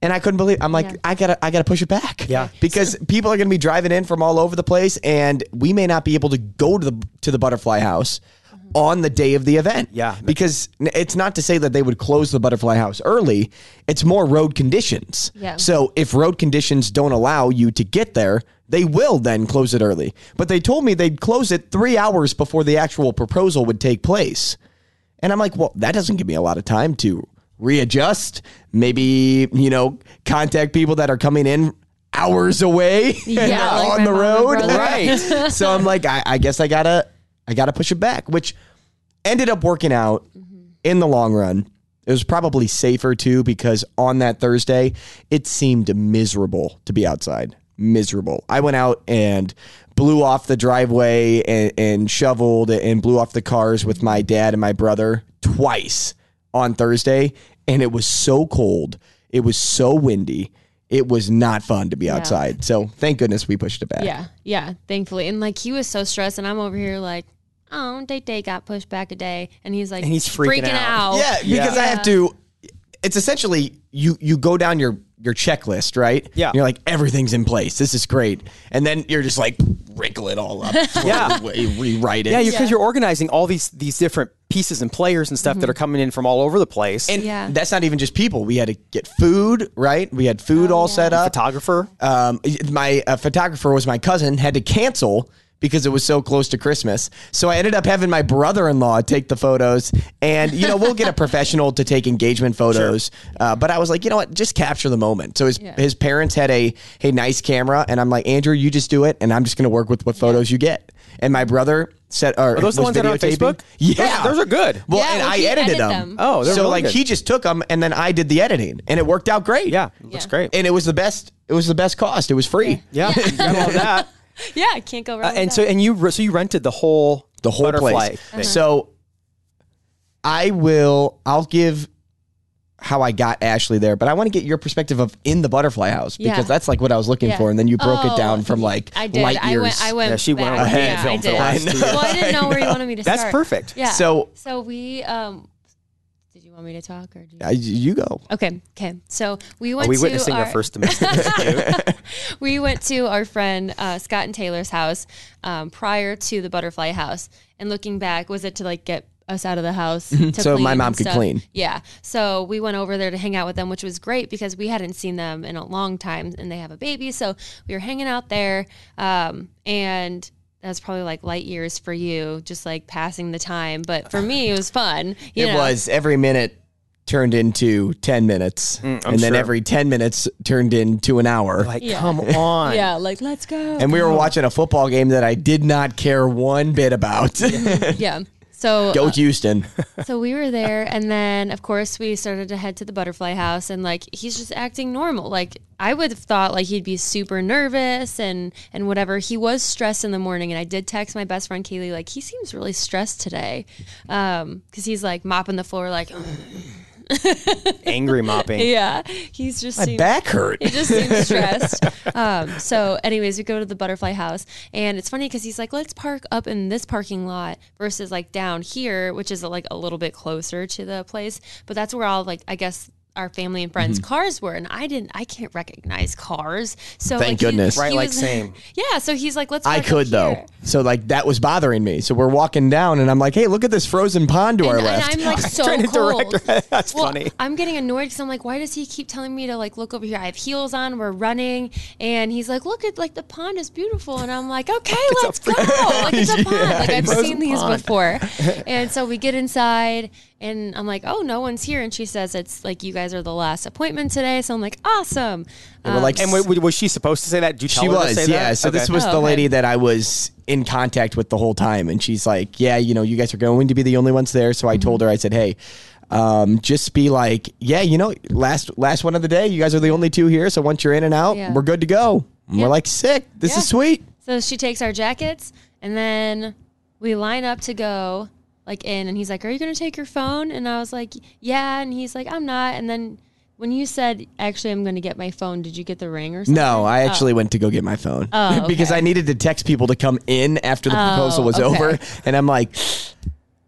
[SPEAKER 4] And I couldn't believe. I'm like,
[SPEAKER 5] Mm-hmm. Yeah.
[SPEAKER 4] I gotta, I gotta push it back.
[SPEAKER 3] Yeah.
[SPEAKER 4] because people are gonna be driving in from all over the place, and we may not be able to go to the to the Butterfly House
[SPEAKER 5] Mm-hmm.
[SPEAKER 4] on the day of the event.
[SPEAKER 3] Yeah.
[SPEAKER 4] because n- it's not to say that they would close the Butterfly House early. It's more road conditions.
[SPEAKER 5] Yeah.
[SPEAKER 4] So so if road conditions don't allow you to get there, they will then close it early. But they told me they'd close it three hours before the actual proposal would take place. And I'm like, well, that doesn't give me a lot of time to readjust. Maybe, you know, contact people that are coming in hours away and
[SPEAKER 5] Yeah,
[SPEAKER 4] are
[SPEAKER 5] like
[SPEAKER 4] on
[SPEAKER 5] my
[SPEAKER 4] the
[SPEAKER 5] mom and
[SPEAKER 4] road.
[SPEAKER 5] brother.
[SPEAKER 4] Right. so I'm like, I, I guess I gotta I gotta push it back, which ended up working out in the long run. It was probably safer too because on that Thursday, it seemed miserable to be outside. Miserable. I went out and blew off the driveway and, and shoveled and blew off the cars with my dad and my brother twice on Thursday. And it was so cold. It was so windy. It was not fun to be outside. So thank goodness we pushed it back.
[SPEAKER 5] yeah, yeah. Thankfully, and like he was so stressed, and I'm over here like, oh, date day got pushed back a day, and he's like,
[SPEAKER 3] And he's freaking out.
[SPEAKER 4] Yeah, because I
[SPEAKER 5] Yeah.
[SPEAKER 4] have to. It's essentially you you go down your your checklist, right?
[SPEAKER 3] Yeah.
[SPEAKER 4] You're like everything's in place. This is great, and then you're just like wrinkle it all up.
[SPEAKER 3] Yeah.
[SPEAKER 4] re- rewrite it.
[SPEAKER 3] Yeah, because you're organizing all these these different pieces and players and stuff that are coming in from all over the place.
[SPEAKER 4] and
[SPEAKER 5] Mm-hmm. Yeah.
[SPEAKER 4] that's not even just people. We had to get food, right? We had food all set up.
[SPEAKER 3] photographer.
[SPEAKER 4] um, my uh, photographer was my cousin had to cancel because it was so close to Christmas. So I ended up having my brother-in-law take the photos, and you know we'll get a professional to take engagement photos. Uh, but I was like, you know what, just capture the moment. So his his parents had a a nice camera, and I'm like, Andrew, you just do it, and I'm just gonna work with what photos you get. And my brother said, "Are
[SPEAKER 3] those the ones that are on Facebook?
[SPEAKER 4] Yeah,
[SPEAKER 3] Those- those are good.
[SPEAKER 4] Well,
[SPEAKER 5] Yeah,
[SPEAKER 4] and
[SPEAKER 5] well,
[SPEAKER 4] I
[SPEAKER 5] he
[SPEAKER 4] edited,
[SPEAKER 5] edited
[SPEAKER 4] them.
[SPEAKER 5] them.
[SPEAKER 3] Oh, they're
[SPEAKER 4] so
[SPEAKER 3] really
[SPEAKER 4] like
[SPEAKER 3] good.
[SPEAKER 4] he just took them, and then I did the editing, and it worked out great.
[SPEAKER 3] yeah, looks great.
[SPEAKER 4] And it was the best. It was the best cost. It was free.
[SPEAKER 3] yeah, you gotta love that.
[SPEAKER 5] Yeah, I can't go wrong. with
[SPEAKER 3] Uh, and
[SPEAKER 5] that.
[SPEAKER 3] so and you re- so you rented the whole Uh-huh.
[SPEAKER 4] The whole
[SPEAKER 3] butterfly
[SPEAKER 4] place.
[SPEAKER 5] Uh-huh.
[SPEAKER 3] thing.
[SPEAKER 4] So I will. I'll give how I got Ashley there, but I want to get your perspective of in the butterfly house because
[SPEAKER 5] Yeah.
[SPEAKER 4] that's like what I was looking
[SPEAKER 5] Yeah.
[SPEAKER 4] for, and then you broke it
[SPEAKER 5] Oh,
[SPEAKER 4] down from like
[SPEAKER 5] I did.
[SPEAKER 4] light
[SPEAKER 5] I
[SPEAKER 4] years.
[SPEAKER 5] went. I went.
[SPEAKER 3] Yeah, she went
[SPEAKER 5] back.
[SPEAKER 3] over the
[SPEAKER 5] yeah,
[SPEAKER 3] film
[SPEAKER 5] I
[SPEAKER 3] for the
[SPEAKER 5] did.
[SPEAKER 3] last two
[SPEAKER 5] Well, I didn't know where you wanted me to
[SPEAKER 3] That's
[SPEAKER 5] start.
[SPEAKER 3] perfect.
[SPEAKER 5] Yeah.
[SPEAKER 4] So-
[SPEAKER 5] so we um, did you want me to talk or? Do you?
[SPEAKER 4] I- you go.
[SPEAKER 5] Okay. Okay. So we
[SPEAKER 3] Are
[SPEAKER 5] went.
[SPEAKER 3] we
[SPEAKER 5] to
[SPEAKER 3] witnessing our,
[SPEAKER 5] our-
[SPEAKER 3] first domestic?
[SPEAKER 5] we went to our friend uh, Scott and Taylor's house um, prior to the butterfly house. And looking back, was it to like get us out of the house? To
[SPEAKER 4] Mm-hmm. So my
[SPEAKER 5] clean
[SPEAKER 4] mom
[SPEAKER 5] and
[SPEAKER 4] could
[SPEAKER 5] stuff?
[SPEAKER 4] clean.
[SPEAKER 5] Yeah. So we went over there to hang out with them, which was great because we hadn't seen them in a long time and they have a baby. So we were hanging out there. Um, and that's probably like light years for you, just like passing the time. But for me, it was fun. You
[SPEAKER 4] it
[SPEAKER 5] know?
[SPEAKER 4] was every minute turned into 10 minutes and then
[SPEAKER 3] sure.
[SPEAKER 4] every 10 minutes turned into an hour
[SPEAKER 3] like,
[SPEAKER 5] Yeah.
[SPEAKER 3] come on.
[SPEAKER 5] Yeah. Like, let's go.
[SPEAKER 4] oh. and we were watching a football game that i did not care one bit about
[SPEAKER 5] yeah. So
[SPEAKER 4] Go Houston.
[SPEAKER 5] so we were there and then of course we started to head to the butterfly house and like he's just acting normal like i would have thought like he'd be super nervous and and whatever he was stressed in the morning and i did text my best friend kaylee like he seems really stressed today um because he's like mopping the floor like
[SPEAKER 3] Angry mopping.
[SPEAKER 5] yeah he's just
[SPEAKER 4] My
[SPEAKER 5] seems-
[SPEAKER 4] back hurt.
[SPEAKER 5] he just seems stressed. Um, so, anyways, we go to the butterfly house, and it's funny because he's like, "Let's park up in this parking lot versus like down here, which is like a little bit closer to the place." But that's where all like I guess our family and friends'
[SPEAKER 4] Mm-hmm.
[SPEAKER 5] cars were, and I didn't, I can't recognize cars. So
[SPEAKER 4] Thank
[SPEAKER 5] like,
[SPEAKER 4] goodness.
[SPEAKER 3] Right, like,
[SPEAKER 5] was-
[SPEAKER 3] same.
[SPEAKER 5] Yeah, so he's like, "Let's."
[SPEAKER 4] I
[SPEAKER 5] park up
[SPEAKER 4] could though.
[SPEAKER 5] here."
[SPEAKER 4] So like that was bothering me. So we're walking down and I'm like, hey, look at this frozen pond to our
[SPEAKER 5] And, and
[SPEAKER 4] left.
[SPEAKER 5] I'm like so
[SPEAKER 3] trying to
[SPEAKER 5] cold.
[SPEAKER 3] direct her. That's funny.
[SPEAKER 5] I'm getting annoyed because I'm like, why does he keep telling me to like look over here? I have heels on, we're running, and he's like, look at like the pond is beautiful, and I'm like, okay, let's go. Like it's a pond. like I've seen these before. and so we get inside, and I'm like, oh, no one's here, and she says it's like you guys are the last appointment today. So I'm like, awesome. Um,
[SPEAKER 4] we're like,
[SPEAKER 3] And wait, wait, was she supposed to say that? Did you tell
[SPEAKER 4] she
[SPEAKER 3] her Oh, to
[SPEAKER 4] was,
[SPEAKER 3] say
[SPEAKER 4] yeah.
[SPEAKER 3] that?
[SPEAKER 4] So this
[SPEAKER 3] Okay.
[SPEAKER 4] was
[SPEAKER 5] Oh,
[SPEAKER 4] the
[SPEAKER 5] okay.
[SPEAKER 4] lady that I was in contact with the whole time, and she's like, "Yeah, you know, you guys are going to be the only ones there."
[SPEAKER 5] Mm-hmm.
[SPEAKER 4] So I told her, I said, "Hey, um, just be like, yeah, you know, last last one of the day, you guys are the only two here. So once you're in and out,
[SPEAKER 5] Yeah.
[SPEAKER 4] we're good to go." And
[SPEAKER 5] Yeah.
[SPEAKER 4] We're like, "Sick, this
[SPEAKER 5] Yeah.
[SPEAKER 4] is sweet."
[SPEAKER 5] So she takes our jackets and then we line up to go like in and he's like, "Are you going to take your phone?" And I was like, "Yeah." And he's like, "I'm not." And then when you said, "Actually, I'm going to get my phone." Did you get the ring or something?
[SPEAKER 4] No, I actually went to go get my phone
[SPEAKER 5] Oh,
[SPEAKER 4] because
[SPEAKER 5] okay. Oh,
[SPEAKER 4] I needed to text people to come in after the proposal was
[SPEAKER 5] okay.
[SPEAKER 4] over, and I'm like.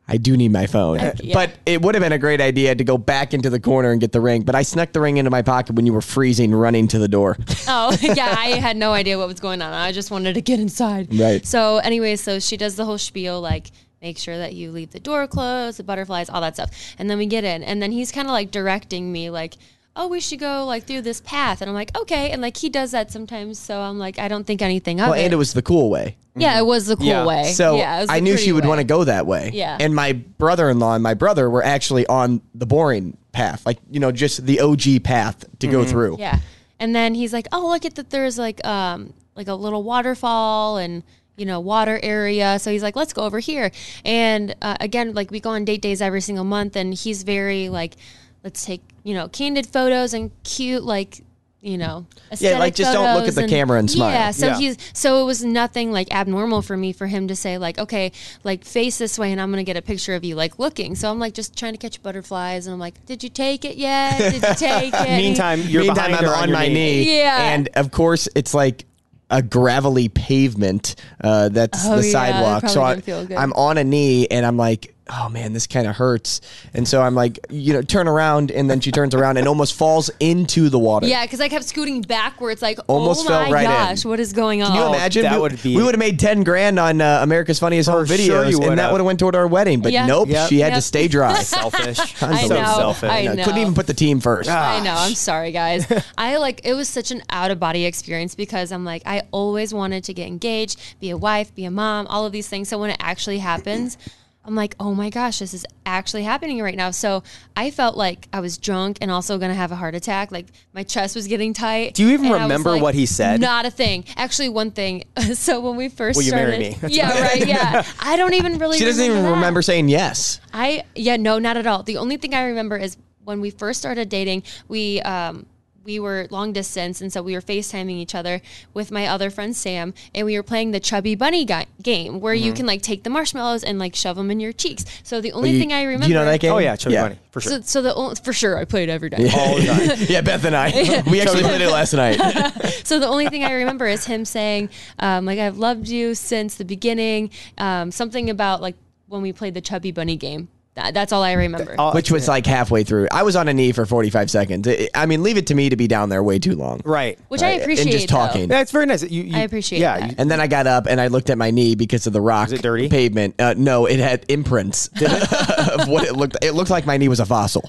[SPEAKER 4] I do need my phone.
[SPEAKER 5] yeah.
[SPEAKER 4] But it would have been a great idea to go back into the corner and get the ring. But I snuck the ring into my pocket when you were freezing running to the door.
[SPEAKER 5] Oh, yeah, I had no idea what was going on. I just wanted to get inside.
[SPEAKER 4] Right.
[SPEAKER 5] So, anyway, so she does the whole spiel like, make sure that you leave the door closed, the butterflies, all that stuff. And then we get in. And then he's kind of like directing me, like, oh, we should go like through this path. And I'm like, okay. And like, he does that sometimes. So I'm like, I don't think anything of
[SPEAKER 4] Well,
[SPEAKER 5] it.
[SPEAKER 4] and it was the cool way.
[SPEAKER 5] yeah, it was the cool
[SPEAKER 3] Yeah.
[SPEAKER 5] way.
[SPEAKER 4] So
[SPEAKER 5] Eh, yeah, it was the
[SPEAKER 4] I knew she
[SPEAKER 5] pretty
[SPEAKER 4] would
[SPEAKER 5] way.
[SPEAKER 4] want to go that way.
[SPEAKER 5] Yeah.
[SPEAKER 4] And my brother in law and my brother were actually on the boring path, like, you know, just the OG path to go through.
[SPEAKER 5] Mm-hmm. Yeah. And then he's like, "Oh, look at that! There's like um like a little waterfall and you know water area." So he's like, "Let's go over here." And uh, again, like we go on date days every single month, and he's very like, "Let's take you know candid photos and cute like." You know, aesthetic
[SPEAKER 4] like, just don't look
[SPEAKER 5] photos
[SPEAKER 4] at the camera and smile.
[SPEAKER 5] Yeah, so
[SPEAKER 3] Yeah.
[SPEAKER 5] he's so it was nothing like abnormal for me for him to say like, okay, like face this way, and I'm gonna get a picture of you like looking. So I'm like just trying to catch butterflies, and I'm like, did you take it yet? Did you take it?
[SPEAKER 3] Meantime, you're
[SPEAKER 4] Meantime,
[SPEAKER 3] behind
[SPEAKER 4] I'm
[SPEAKER 3] her
[SPEAKER 4] on,
[SPEAKER 3] on your
[SPEAKER 4] my knee.
[SPEAKER 5] Yeah.
[SPEAKER 4] And of course, it's like a gravelly pavement uh, that's
[SPEAKER 5] Oh,
[SPEAKER 4] the
[SPEAKER 5] yeah, that
[SPEAKER 4] sidewalk. So
[SPEAKER 5] probably
[SPEAKER 4] I,
[SPEAKER 5] didn't feel good.
[SPEAKER 4] I'm on a knee and I'm like, oh man, this kind of hurts. And so I'm like, you know, turn around. And then she turns around and almost falls into the water.
[SPEAKER 5] Yeah, because I kept scooting backwards, like,
[SPEAKER 4] Almost
[SPEAKER 5] oh
[SPEAKER 4] fell
[SPEAKER 5] my
[SPEAKER 4] right in.
[SPEAKER 5] gosh, what is going on?
[SPEAKER 4] Can you imagine?
[SPEAKER 3] Oh, that
[SPEAKER 4] we,
[SPEAKER 3] would be-
[SPEAKER 4] We would have made ten grand on uh, America's Funniest Home
[SPEAKER 3] sure
[SPEAKER 4] Videos,
[SPEAKER 3] you
[SPEAKER 4] and that
[SPEAKER 3] would've.
[SPEAKER 4] would have went toward our wedding. But
[SPEAKER 5] Yeah.
[SPEAKER 4] nope,
[SPEAKER 3] Yep.
[SPEAKER 4] she had to
[SPEAKER 5] Yep.
[SPEAKER 4] stay dry.
[SPEAKER 3] selfish.
[SPEAKER 5] I
[SPEAKER 3] so
[SPEAKER 5] know,
[SPEAKER 3] selfish.
[SPEAKER 5] I
[SPEAKER 4] I
[SPEAKER 5] know.
[SPEAKER 4] couldn't even put the team first.
[SPEAKER 3] Ah.
[SPEAKER 5] I know. I'm sorry, guys. I like it was such an out of body experience because I'm like I always wanted to get engaged, be a wife, be a mom, all of these things. So when it actually happens, I'm like, oh my gosh, this is actually happening right now. So I felt like I was drunk and also gonna have a heart attack. Like my chest was getting tight.
[SPEAKER 3] Do you even
[SPEAKER 5] and I was
[SPEAKER 3] remember what he said?
[SPEAKER 5] Not a thing. Actually, one thing. so when we first
[SPEAKER 3] Will you marry
[SPEAKER 5] started,
[SPEAKER 3] me?
[SPEAKER 5] yeah, right, yeah. I don't even really.
[SPEAKER 4] She doesn't even
[SPEAKER 5] remember that.
[SPEAKER 4] remember saying yes.
[SPEAKER 5] I yeah no not at all. The only thing I remember is when we first started dating, we um we were long distance and so we were FaceTiming each other with my other friend Sam and we were playing the chubby bunny ga- game where
[SPEAKER 4] Mm-hmm.
[SPEAKER 5] you can like take the marshmallows and like shove them in your cheeks. So the only
[SPEAKER 4] You-
[SPEAKER 5] thing I
[SPEAKER 4] do
[SPEAKER 5] remember
[SPEAKER 4] You know that game?
[SPEAKER 3] Oh yeah, Chubby Bunny for sure.
[SPEAKER 5] So, so the only, for sure I played every day.
[SPEAKER 3] All the time.
[SPEAKER 4] yeah, Beth and I. We actually played it last night.
[SPEAKER 5] so the only thing I remember is him saying, um, like, I've loved you since the beginning. Um, something about like when we played the chubby bunny game. That, that's all I remember.
[SPEAKER 3] Oh,
[SPEAKER 4] Which was like halfway through. I was on a knee for 45 seconds. It- I mean, leave it to me to be down there way too long.
[SPEAKER 3] right.
[SPEAKER 5] which I
[SPEAKER 4] and
[SPEAKER 5] appreciate.
[SPEAKER 4] just
[SPEAKER 5] though.
[SPEAKER 4] talking.
[SPEAKER 3] That's very nice. You, you-
[SPEAKER 5] I appreciate
[SPEAKER 3] Yeah,
[SPEAKER 5] that.
[SPEAKER 3] you-
[SPEAKER 4] And then I got up and I looked at my knee because of the rock
[SPEAKER 3] it dirty?
[SPEAKER 4] pavement. Uh, no, it had imprints of what it looked. It looked like my knee was a fossil.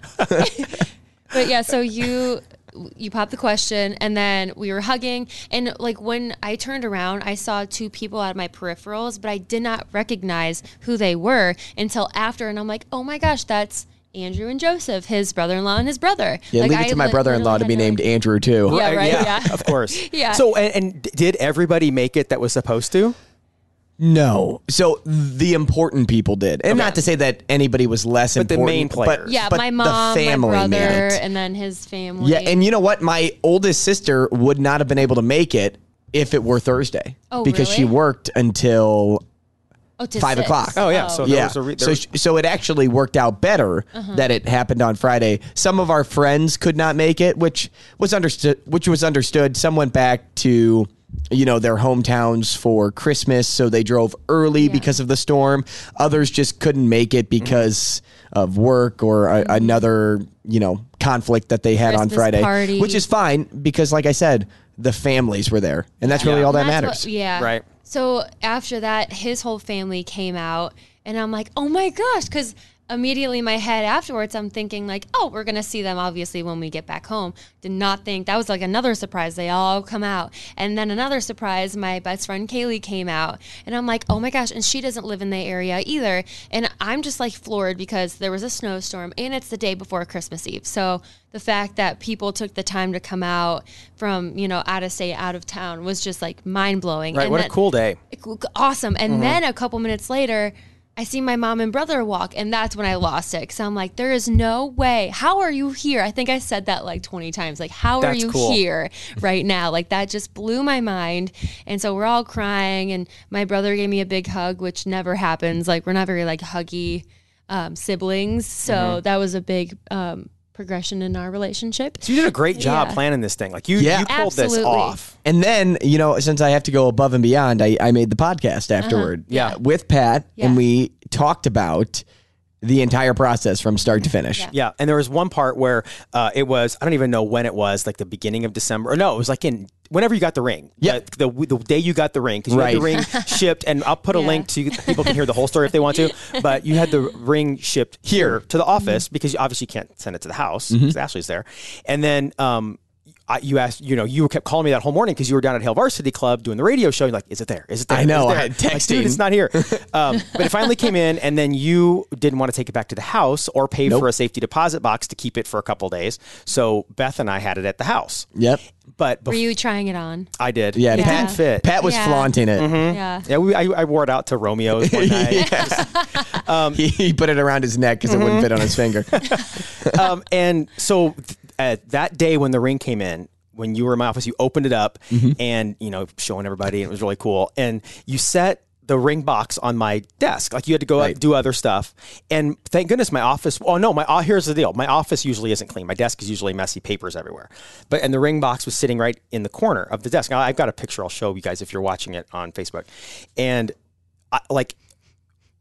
[SPEAKER 5] but yeah, so you you popped the question, and then we were hugging, and like when I turned around, I saw two people out of my peripherals, but I did not recognize who they were until after, and I'm like, oh my gosh, that's Andrew and Joseph, his brother-in-law and his brother.
[SPEAKER 4] Yeah,
[SPEAKER 5] Like,
[SPEAKER 4] leave it
[SPEAKER 5] I
[SPEAKER 4] to my
[SPEAKER 5] li-
[SPEAKER 4] brother-in-law
[SPEAKER 5] literally
[SPEAKER 4] to be
[SPEAKER 5] had
[SPEAKER 4] named
[SPEAKER 5] like-
[SPEAKER 4] Andrew too.
[SPEAKER 5] Yeah, right. Yeah.
[SPEAKER 3] uh, of course.
[SPEAKER 5] Yeah.
[SPEAKER 3] So, and, and d- did everybody make it that was supposed to?
[SPEAKER 4] No. So the important people did. And not to say that anybody was less
[SPEAKER 3] the
[SPEAKER 4] important.
[SPEAKER 3] main players.
[SPEAKER 5] Yeah,
[SPEAKER 4] but
[SPEAKER 5] my mom,
[SPEAKER 4] the
[SPEAKER 5] my
[SPEAKER 4] family
[SPEAKER 5] brother,
[SPEAKER 4] made it.
[SPEAKER 5] and then his family.
[SPEAKER 4] Yeah, and you know what? My oldest sister would not have been able to make it if it were Thursday
[SPEAKER 5] Oh,
[SPEAKER 4] because she
[SPEAKER 5] really?
[SPEAKER 4] worked until
[SPEAKER 5] oh, to
[SPEAKER 4] five
[SPEAKER 5] six.
[SPEAKER 4] o'clock.
[SPEAKER 3] Oh yeah, so there
[SPEAKER 4] yeah.
[SPEAKER 3] was a re- there
[SPEAKER 4] so
[SPEAKER 3] was-
[SPEAKER 4] sh so it actually worked out better
[SPEAKER 5] Uh-huh.
[SPEAKER 4] that it happened on Friday. Some of our friends could not make it, which was understood. Which was understood. Some went back to you know their hometowns for Christmas, so they drove early because of the storm. Others just couldn't make it
[SPEAKER 3] Mm-hmm.
[SPEAKER 4] because of work or a, another you know conflict that they had on
[SPEAKER 5] Mm-hmm. Christmas
[SPEAKER 4] Friday,
[SPEAKER 5] party.
[SPEAKER 4] which is fine because, like I said, the families were there, and that's really all that
[SPEAKER 5] And that's
[SPEAKER 4] matters.
[SPEAKER 5] what- yeah.
[SPEAKER 3] Right.
[SPEAKER 5] So after that, his whole family came out, and I'm like, oh my gosh, because immediately in my head afterwards, I'm thinking like, oh, we're gonna see them obviously when we get back home. Did not think that was like another surprise. They all come out, and then another surprise. My best friend Kaylee came out, and I'm like, oh my gosh, and she doesn't live in the area either, and I'm just like floored because there was a snowstorm, and it's the day before Christmas Eve, so the fact that people took the time to come out from you know out of state out of town was just like mind blowing
[SPEAKER 3] Right,
[SPEAKER 5] and
[SPEAKER 3] what a
[SPEAKER 5] then-
[SPEAKER 3] cool day.
[SPEAKER 5] awesome and then a couple minutes later i see my mom and brother walk and that's when i lost it because i'm like there is no way how are you here i think i said that like 20 times like how are
[SPEAKER 3] That's
[SPEAKER 5] you
[SPEAKER 3] cool.
[SPEAKER 5] here right now like that just blew my mind and so we're all crying and my brother gave me a big hug which never happens like we're not very like huggy um, siblings so that was a big um, progression in our relationship
[SPEAKER 3] So you did a great job
[SPEAKER 5] Yeah.
[SPEAKER 3] planning this thing. Like you,
[SPEAKER 4] Yeah.
[SPEAKER 3] you pulled
[SPEAKER 5] Absolutely.
[SPEAKER 3] this off.
[SPEAKER 4] And then, you know, since I have to go above and beyond, I, I made the podcast afterward.
[SPEAKER 3] Uh-huh. Yeah.
[SPEAKER 4] With Pat,
[SPEAKER 5] Yeah.
[SPEAKER 4] and we talked about the entire process from start to finish.
[SPEAKER 3] Yeah, and there was one part where uh, it was I don't even know when it was, like the beginning of December. Or no, it was like in whenever you got the ring.
[SPEAKER 4] Yeah.
[SPEAKER 3] the, the, the day you got the ring because you had the
[SPEAKER 4] Right.
[SPEAKER 3] ring shipped, and I'll put a
[SPEAKER 5] Yeah.
[SPEAKER 3] link to people can hear the whole story if they want to. But you had the ring shipped here to the office because you obviously can't send it to the house
[SPEAKER 4] Mm-hmm.
[SPEAKER 3] because Ashley's there, and then. Um, I, you asked, you know, you kept calling me that whole morning because you were down at Hill Varsity Club doing the radio show. You're like, is it there? Is it there?
[SPEAKER 4] I
[SPEAKER 3] Is it
[SPEAKER 4] know,
[SPEAKER 3] there?"
[SPEAKER 4] I
[SPEAKER 3] I'm
[SPEAKER 4] had
[SPEAKER 3] like, "Dude,
[SPEAKER 4] texting.
[SPEAKER 3] it's not here. Um, but it finally came in, and then you didn't want to take it back to the house or pay for a safety deposit box to keep it for a couple days. So Beth and I had it at the house.
[SPEAKER 4] Yep.
[SPEAKER 3] But
[SPEAKER 5] were
[SPEAKER 3] before
[SPEAKER 5] you trying it on
[SPEAKER 3] I did.
[SPEAKER 4] Yeah.
[SPEAKER 3] It
[SPEAKER 4] Pat,
[SPEAKER 3] didn't fit. Mm-hmm.
[SPEAKER 4] Pat was
[SPEAKER 5] Yeah.
[SPEAKER 4] flaunting it.
[SPEAKER 5] yeah
[SPEAKER 3] yeah, we, I, I wore it out to Romeo's one night.
[SPEAKER 4] He, he put it around his neck because it
[SPEAKER 3] Mm-hmm.
[SPEAKER 4] wouldn't fit on his finger.
[SPEAKER 3] um, and so th- uh, that day when the ring came in, when you were in my office, you opened it up and you know showing everybody, and it was really cool. And you set the ring box on my desk, like you had to go
[SPEAKER 4] Right.
[SPEAKER 3] out do other stuff. And thank goodness my office. Oh no, my uh, here's the deal. My office usually isn't clean. My desk is usually messy, papers everywhere. But and the ring box was sitting right in the corner of the desk. Now, I've got a picture. I'll show you guys if you're watching it on Facebook. And I, like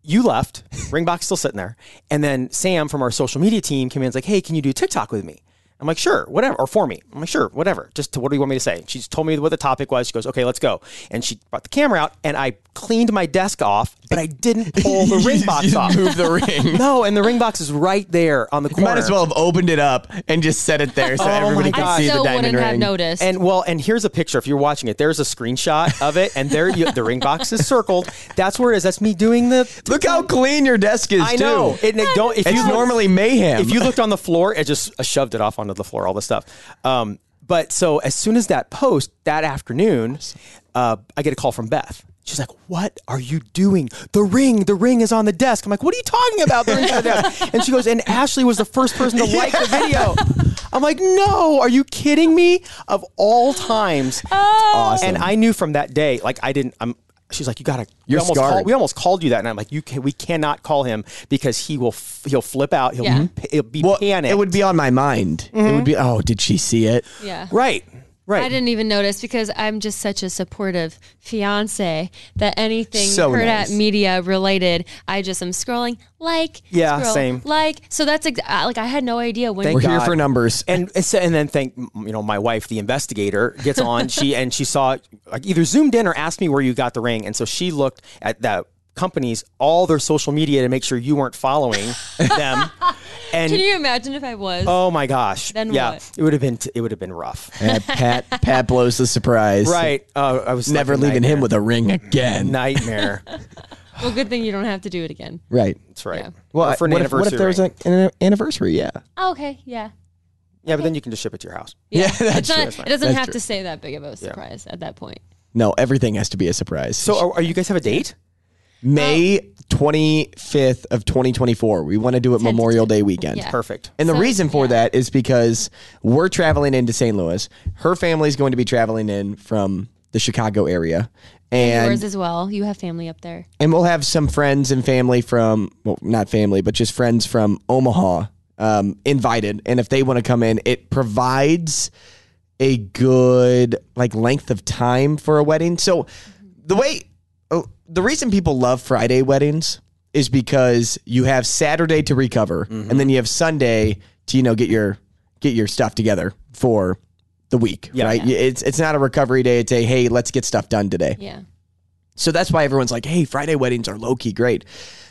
[SPEAKER 3] you left, Ringbox still sitting there. And then Sam from our social media team came in and was like, hey, can you do TikTok with me? I'm like, sure, whatever, or for me. I'm like, sure, whatever. Just to, what do you want me to say? She's told me what the topic was. She goes, okay, let's go. And she brought the camera out, and I cleaned my desk off, but I didn't pull the ring box
[SPEAKER 4] You
[SPEAKER 3] off.
[SPEAKER 4] Moved the ring.
[SPEAKER 3] No, and the ring box is right there on the corner.
[SPEAKER 4] Might as well have opened it up and just set it there so
[SPEAKER 3] Oh
[SPEAKER 4] everybody
[SPEAKER 3] my
[SPEAKER 4] could
[SPEAKER 3] God.
[SPEAKER 5] i
[SPEAKER 4] see
[SPEAKER 5] still
[SPEAKER 4] the diamond
[SPEAKER 5] wouldn't
[SPEAKER 4] ring.
[SPEAKER 5] have noticed
[SPEAKER 3] And well, and here's a picture. If you're watching it, there's a screenshot of it, and there you, the ring box is circled. That's where it is. That's me doing the.
[SPEAKER 4] Look how clean your desk is,
[SPEAKER 3] I
[SPEAKER 4] too.
[SPEAKER 3] know. It, it don't. If
[SPEAKER 4] It's
[SPEAKER 3] you normally.
[SPEAKER 4] normally mayhem.
[SPEAKER 3] if you looked on the floor, I just I shoved it off onto the floor, all this stuff. Um, but so as soon as that post that afternoon, uh, I get a call from Beth. She's like, "What are you doing? The ring, the ring is on the desk." I'm like, "What are you talking about? The ring's on the desk." And she goes, "And Ashley was the first person to like the video." I'm like, "No, are you kidding me? Of all times."
[SPEAKER 5] Oh,
[SPEAKER 4] awesome.
[SPEAKER 3] And I knew from that day, like I didn't. I'm. She's like, you gotta.
[SPEAKER 4] You're
[SPEAKER 3] we almost
[SPEAKER 4] scarred.
[SPEAKER 3] Called, we almost called you that, and I'm like, you can. We cannot call him because he will. F- he'll flip out. He'll.
[SPEAKER 5] Yeah.
[SPEAKER 3] p- He'll be
[SPEAKER 4] well,
[SPEAKER 3] panicked.
[SPEAKER 4] it would be on my mind. It
[SPEAKER 3] Mm-hmm.
[SPEAKER 4] would be, oh, did she see it?
[SPEAKER 5] yeah
[SPEAKER 3] Right. Right.
[SPEAKER 5] I didn't even notice because I'm just such a supportive fiance that anything
[SPEAKER 4] So
[SPEAKER 5] heard
[SPEAKER 4] nice.
[SPEAKER 5] at media related, I just am scrolling like,
[SPEAKER 3] Yeah,
[SPEAKER 5] scroll,
[SPEAKER 3] same.
[SPEAKER 5] like. So that's ex- I- like I had no idea when.
[SPEAKER 3] Thank
[SPEAKER 4] We're
[SPEAKER 3] God.
[SPEAKER 4] here for numbers.
[SPEAKER 3] and and so- and then thank you know my wife the investigator gets on she and she saw like either zoomed in or asked me where you got the ring and so she looked at that companies all their social media to make sure you weren't following them and
[SPEAKER 5] Can you imagine if I was?
[SPEAKER 3] oh my gosh
[SPEAKER 5] Then
[SPEAKER 3] yeah
[SPEAKER 5] what?
[SPEAKER 3] it would have been t- it would have been rough
[SPEAKER 4] Uh, Pat Pat blows the surprise.
[SPEAKER 3] right uh, I was
[SPEAKER 4] Never
[SPEAKER 3] like a
[SPEAKER 4] leaving him
[SPEAKER 3] nightmare.
[SPEAKER 4] with a ring again.
[SPEAKER 3] nightmare
[SPEAKER 5] Well, good thing you don't have to do it again.
[SPEAKER 4] Right.
[SPEAKER 3] that's right
[SPEAKER 5] Yeah.
[SPEAKER 4] Well,
[SPEAKER 3] Or for an
[SPEAKER 4] what, if,
[SPEAKER 3] anniversary
[SPEAKER 4] what if there was
[SPEAKER 3] ring.
[SPEAKER 4] an, an anniversary? Yeah.
[SPEAKER 5] Oh, okay, yeah.
[SPEAKER 3] yeah but then you can just ship it to your house
[SPEAKER 4] Yeah, that's
[SPEAKER 5] It's not, it doesn't
[SPEAKER 4] That's
[SPEAKER 5] have
[SPEAKER 4] true.
[SPEAKER 5] to say that big of a surprise at that point.
[SPEAKER 4] No, everything has to be a surprise.
[SPEAKER 3] so are, are you guys have a date
[SPEAKER 4] May 25th of 2024. We want to do it Memorial Day weekend.
[SPEAKER 5] Yeah.
[SPEAKER 3] Perfect.
[SPEAKER 4] And the
[SPEAKER 5] So,
[SPEAKER 4] reason for that is because we're traveling into St. Louis. Her family's going to be traveling in from the Chicago area. And
[SPEAKER 5] Yours as well. You have family up there.
[SPEAKER 4] and we'll have some friends and family from well, not family, but just friends from Omaha um, invited. And if they want to come in, it provides a good like length of time for a wedding. So the way oh, the reason people love Friday weddings is because you have Saturday to recover, and then you have Sunday to you know get your get your stuff together for the week.
[SPEAKER 3] Yeah.
[SPEAKER 4] Right? It's it's not a recovery day. It's a hey, let's get stuff done today.
[SPEAKER 5] Yeah. And
[SPEAKER 4] So that's why everyone's like, hey, Friday weddings are low key great.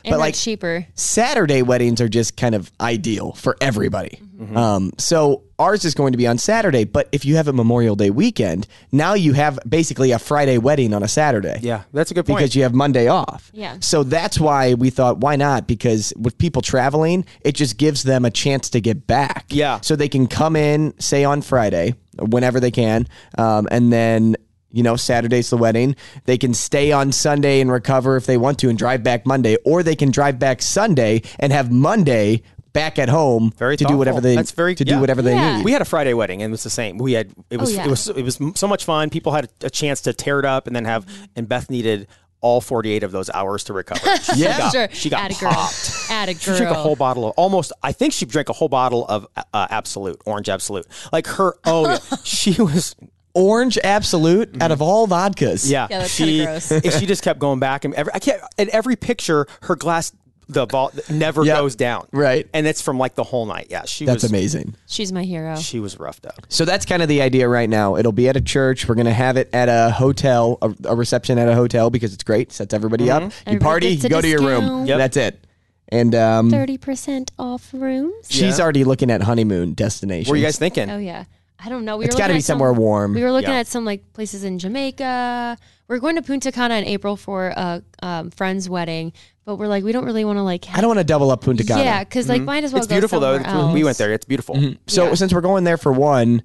[SPEAKER 5] they're
[SPEAKER 4] but like
[SPEAKER 5] cheaper.
[SPEAKER 4] Saturday weddings are just kind of ideal for everybody. Um, so ours is going to be on Saturday. But if you have a Memorial Day weekend, now you have basically a Friday wedding on a Saturday.
[SPEAKER 3] Yeah, that's a good point.
[SPEAKER 4] Because you have Monday off.
[SPEAKER 5] Yeah.
[SPEAKER 4] So that's why we thought, why not? Because with people traveling, it just gives them a chance to get back.
[SPEAKER 3] Yeah.
[SPEAKER 4] So they can come in, say on Friday, whenever they can, um, and then you know Saturday's the wedding. They can stay on Sunday and recover if they want to, and drive back Monday, or they can drive back Sunday and have Monday back at home
[SPEAKER 3] Very
[SPEAKER 4] to do whatever
[SPEAKER 3] thoughtful.
[SPEAKER 4] they
[SPEAKER 3] That's very-
[SPEAKER 4] to
[SPEAKER 3] yeah.
[SPEAKER 4] do whatever
[SPEAKER 5] Yeah.
[SPEAKER 4] they need.
[SPEAKER 3] we had a Friday wedding and it was the same. We had it was
[SPEAKER 5] Oh, yeah.
[SPEAKER 3] it was it was m- so much fun. People had a, a chance to tear it up and then have and Beth needed all 48 of those hours to recover. She
[SPEAKER 4] Yeah.
[SPEAKER 3] got,
[SPEAKER 5] Sure.
[SPEAKER 3] she got
[SPEAKER 5] Atta girl.
[SPEAKER 3] popped.
[SPEAKER 5] Atta girl.
[SPEAKER 3] She drank a whole bottle of almost. I think she drank a whole bottle of uh, Absolute Orange Absolute. Like her. Oh, yeah. she was.
[SPEAKER 4] Orange Absolute out of all vodkas.
[SPEAKER 3] Mm-hmm. Yeah,
[SPEAKER 5] Yeah, that's kinda
[SPEAKER 3] she.
[SPEAKER 5] gross.
[SPEAKER 3] and she just kept going back, and every I can't. In every picture, her glass, the ball never
[SPEAKER 4] Yeah.
[SPEAKER 3] goes down.
[SPEAKER 4] Right.
[SPEAKER 3] and it's from like the whole night. Yeah, she.
[SPEAKER 4] That's
[SPEAKER 3] was,
[SPEAKER 4] amazing.
[SPEAKER 5] She's my hero.
[SPEAKER 3] She was roughed up.
[SPEAKER 4] So that's kind of the idea right now. It'll be at a church. We're going to have it at a hotel, a, a reception at a hotel because it's great. Sets everybody up. You
[SPEAKER 5] Everybody
[SPEAKER 4] party,
[SPEAKER 5] gets
[SPEAKER 4] you
[SPEAKER 5] a
[SPEAKER 4] go to your room.
[SPEAKER 5] discount.
[SPEAKER 3] Mm-hmm. Yep.
[SPEAKER 4] That's it. And um,
[SPEAKER 5] 30% off rooms.
[SPEAKER 4] she's already looking at honeymoon destinations.
[SPEAKER 3] What were you guys thinking?
[SPEAKER 5] Oh, yeah. I don't know. We
[SPEAKER 4] It's
[SPEAKER 5] were
[SPEAKER 4] got to
[SPEAKER 5] looking
[SPEAKER 4] be
[SPEAKER 5] at some-
[SPEAKER 4] somewhere warm.
[SPEAKER 5] We were looking
[SPEAKER 3] Yeah.
[SPEAKER 5] at some like places in Jamaica. We're going to Punta Cana in April for a um, friend's wedding, but we're like, we don't really want to like.
[SPEAKER 4] I don't want to double up Punta Cana.
[SPEAKER 5] Yeah, because
[SPEAKER 4] Mm-hmm.
[SPEAKER 5] like might as well.
[SPEAKER 3] It's
[SPEAKER 5] go
[SPEAKER 3] beautiful though.
[SPEAKER 5] somewhere Else.
[SPEAKER 3] We went there. It's beautiful.
[SPEAKER 4] So since we're going there for one,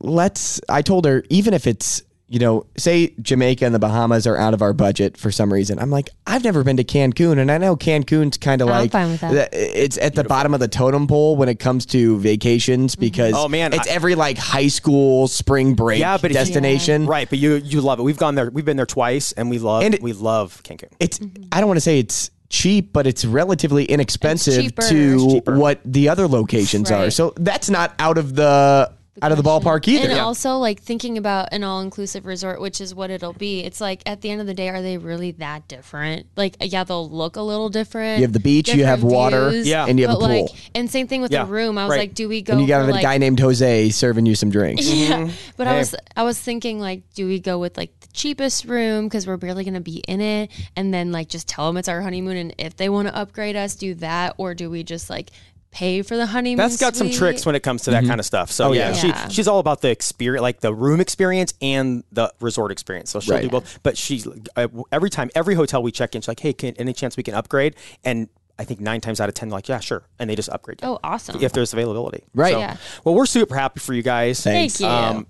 [SPEAKER 4] let's. I told her even if it's you know say Jamaica and the Bahamas are out of our budget for some reason. I'm like I've never been to Cancun, and I know Cancun's kind of like
[SPEAKER 5] fine with that.
[SPEAKER 4] the- it's at the bottom of the totem pole when it comes to
[SPEAKER 5] Mm-hmm.
[SPEAKER 4] vacations because
[SPEAKER 3] Oh, man,
[SPEAKER 4] it's
[SPEAKER 3] I-
[SPEAKER 4] every like high school spring break
[SPEAKER 3] Yeah, but if you-
[SPEAKER 4] destination.
[SPEAKER 3] Right, but you you love it. We've gone there. We've been there twice, and we love
[SPEAKER 4] And it-
[SPEAKER 3] we love Cancun.
[SPEAKER 4] It's
[SPEAKER 5] Mm-hmm.
[SPEAKER 4] I don't want to say it's cheap, but it's relatively inexpensive
[SPEAKER 5] cheaper.
[SPEAKER 4] to
[SPEAKER 5] It's
[SPEAKER 4] what the other locations are.
[SPEAKER 5] Right.
[SPEAKER 4] So that's not out of the. Out of the ballpark either.
[SPEAKER 5] And also, like thinking about an all-inclusive resort, which is what it'll be. It's like at the end of the day, are they really that different? Like, uh, yeah, they'll look a little different.
[SPEAKER 4] You have the beach, you have
[SPEAKER 5] different
[SPEAKER 4] water,
[SPEAKER 3] Yeah.
[SPEAKER 4] and you have
[SPEAKER 5] but
[SPEAKER 4] a pool.
[SPEAKER 5] like, and same thing with
[SPEAKER 3] Yeah,
[SPEAKER 5] the room. I was
[SPEAKER 3] right.
[SPEAKER 5] like, do we go?
[SPEAKER 4] and you got
[SPEAKER 5] for,
[SPEAKER 4] a
[SPEAKER 5] like,
[SPEAKER 4] guy named Jose serving you some drinks.
[SPEAKER 5] Yeah, but I was I was thinking like, do we go with like the cheapest room because we're barely gonna be in it, and then like just tell them it's our honeymoon, and if they want to upgrade us, do that, or do we just like pay for the honeymoon?
[SPEAKER 3] That's got some tricks when it comes to that kind of stuff. So yeah,
[SPEAKER 4] Mm-hmm. Oh, yeah.
[SPEAKER 5] Yeah.
[SPEAKER 3] she she's all about the experience, like the room experience and the resort experience. So she'll
[SPEAKER 4] Right.
[SPEAKER 3] do both. But she's uh, every time, every hotel we check in, she's like, "Hey, can any chance we can upgrade?" And I think nine times out of ten, they're like, "Yeah, sure," and they just upgrade. you
[SPEAKER 5] Oh, awesome!
[SPEAKER 3] If there's availability,
[SPEAKER 4] Right.
[SPEAKER 3] So-
[SPEAKER 5] Yeah.
[SPEAKER 3] Well, we're super happy for you guys. Um,
[SPEAKER 5] Thank you.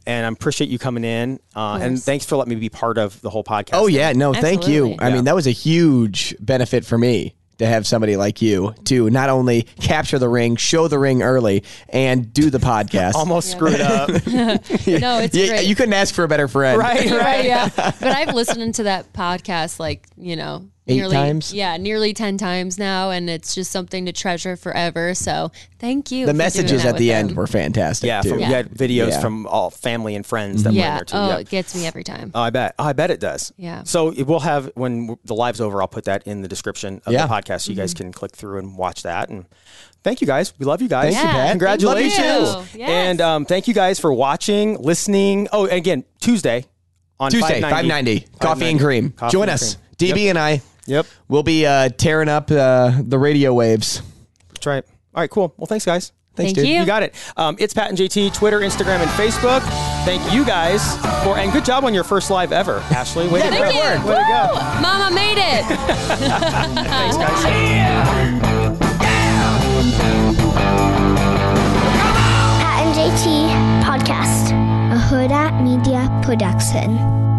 [SPEAKER 3] and I appreciate you coming in, uh, and thanks for letting me be part of the whole podcast.
[SPEAKER 4] Oh yeah, no, thank you.
[SPEAKER 5] Absolutely.
[SPEAKER 4] I mean, that was a huge benefit for me to have somebody like you to not only capture the ring, show the ring early, and do the podcast.
[SPEAKER 3] almost screwed up.
[SPEAKER 5] no, it's
[SPEAKER 4] Yeah,
[SPEAKER 5] great.
[SPEAKER 4] you couldn't ask for a better friend.
[SPEAKER 3] right,
[SPEAKER 5] You're
[SPEAKER 3] right.
[SPEAKER 5] right, yeah. But I've listened to that podcast like you know
[SPEAKER 4] Eight
[SPEAKER 5] nearly
[SPEAKER 4] times?
[SPEAKER 5] yeah, nearly ten times now, and it's just something to treasure forever. So thank you.
[SPEAKER 4] The
[SPEAKER 5] for doing
[SPEAKER 4] messages
[SPEAKER 5] that
[SPEAKER 4] at
[SPEAKER 5] with
[SPEAKER 4] the
[SPEAKER 5] them.
[SPEAKER 4] end were fantastic.
[SPEAKER 3] Yeah,
[SPEAKER 4] too.
[SPEAKER 3] from, we had videos
[SPEAKER 4] Yeah.
[SPEAKER 3] from all family and friends that were in
[SPEAKER 5] yeah.
[SPEAKER 3] there too.
[SPEAKER 5] Oh,
[SPEAKER 3] yeah.
[SPEAKER 5] it gets me every time.
[SPEAKER 3] Oh, I bet. Oh, I bet it does.
[SPEAKER 5] Yeah.
[SPEAKER 3] So it- we'll have when w- the live's over, I'll put that in the description of
[SPEAKER 4] Yeah.
[SPEAKER 3] the podcast. You
[SPEAKER 5] Mm-hmm.
[SPEAKER 3] guys can click through and watch that. And thank you guys. We love you guys.
[SPEAKER 4] Thank you, Yeah, Pat. thank you.
[SPEAKER 3] Congratulations.
[SPEAKER 5] Yes.
[SPEAKER 3] And um, thank you guys for watching, listening. Oh, and again, Tuesday on
[SPEAKER 4] Tuesday, 590, Coffee and
[SPEAKER 3] 590.
[SPEAKER 4] Cream.
[SPEAKER 3] Coffee
[SPEAKER 4] Join
[SPEAKER 3] and
[SPEAKER 4] us.
[SPEAKER 3] cream.
[SPEAKER 4] DB and I.
[SPEAKER 3] Yep.
[SPEAKER 4] We'll be uh, tearing up uh, the radio waves.
[SPEAKER 3] That's right. All right. Cool. Well, thanks, guys.
[SPEAKER 4] Thanks,
[SPEAKER 5] Thank
[SPEAKER 4] dude.
[SPEAKER 5] you.
[SPEAKER 3] You got it. Um, it's Pat and JT, Twitter, Instagram, and Facebook. Thank you guys for and good job on your first live ever, Ashley. Way to go.
[SPEAKER 5] Thank you.
[SPEAKER 3] Way to go.
[SPEAKER 5] Woo! Mama made it.
[SPEAKER 6] Pat and JT Podcast, a Huda Media Production.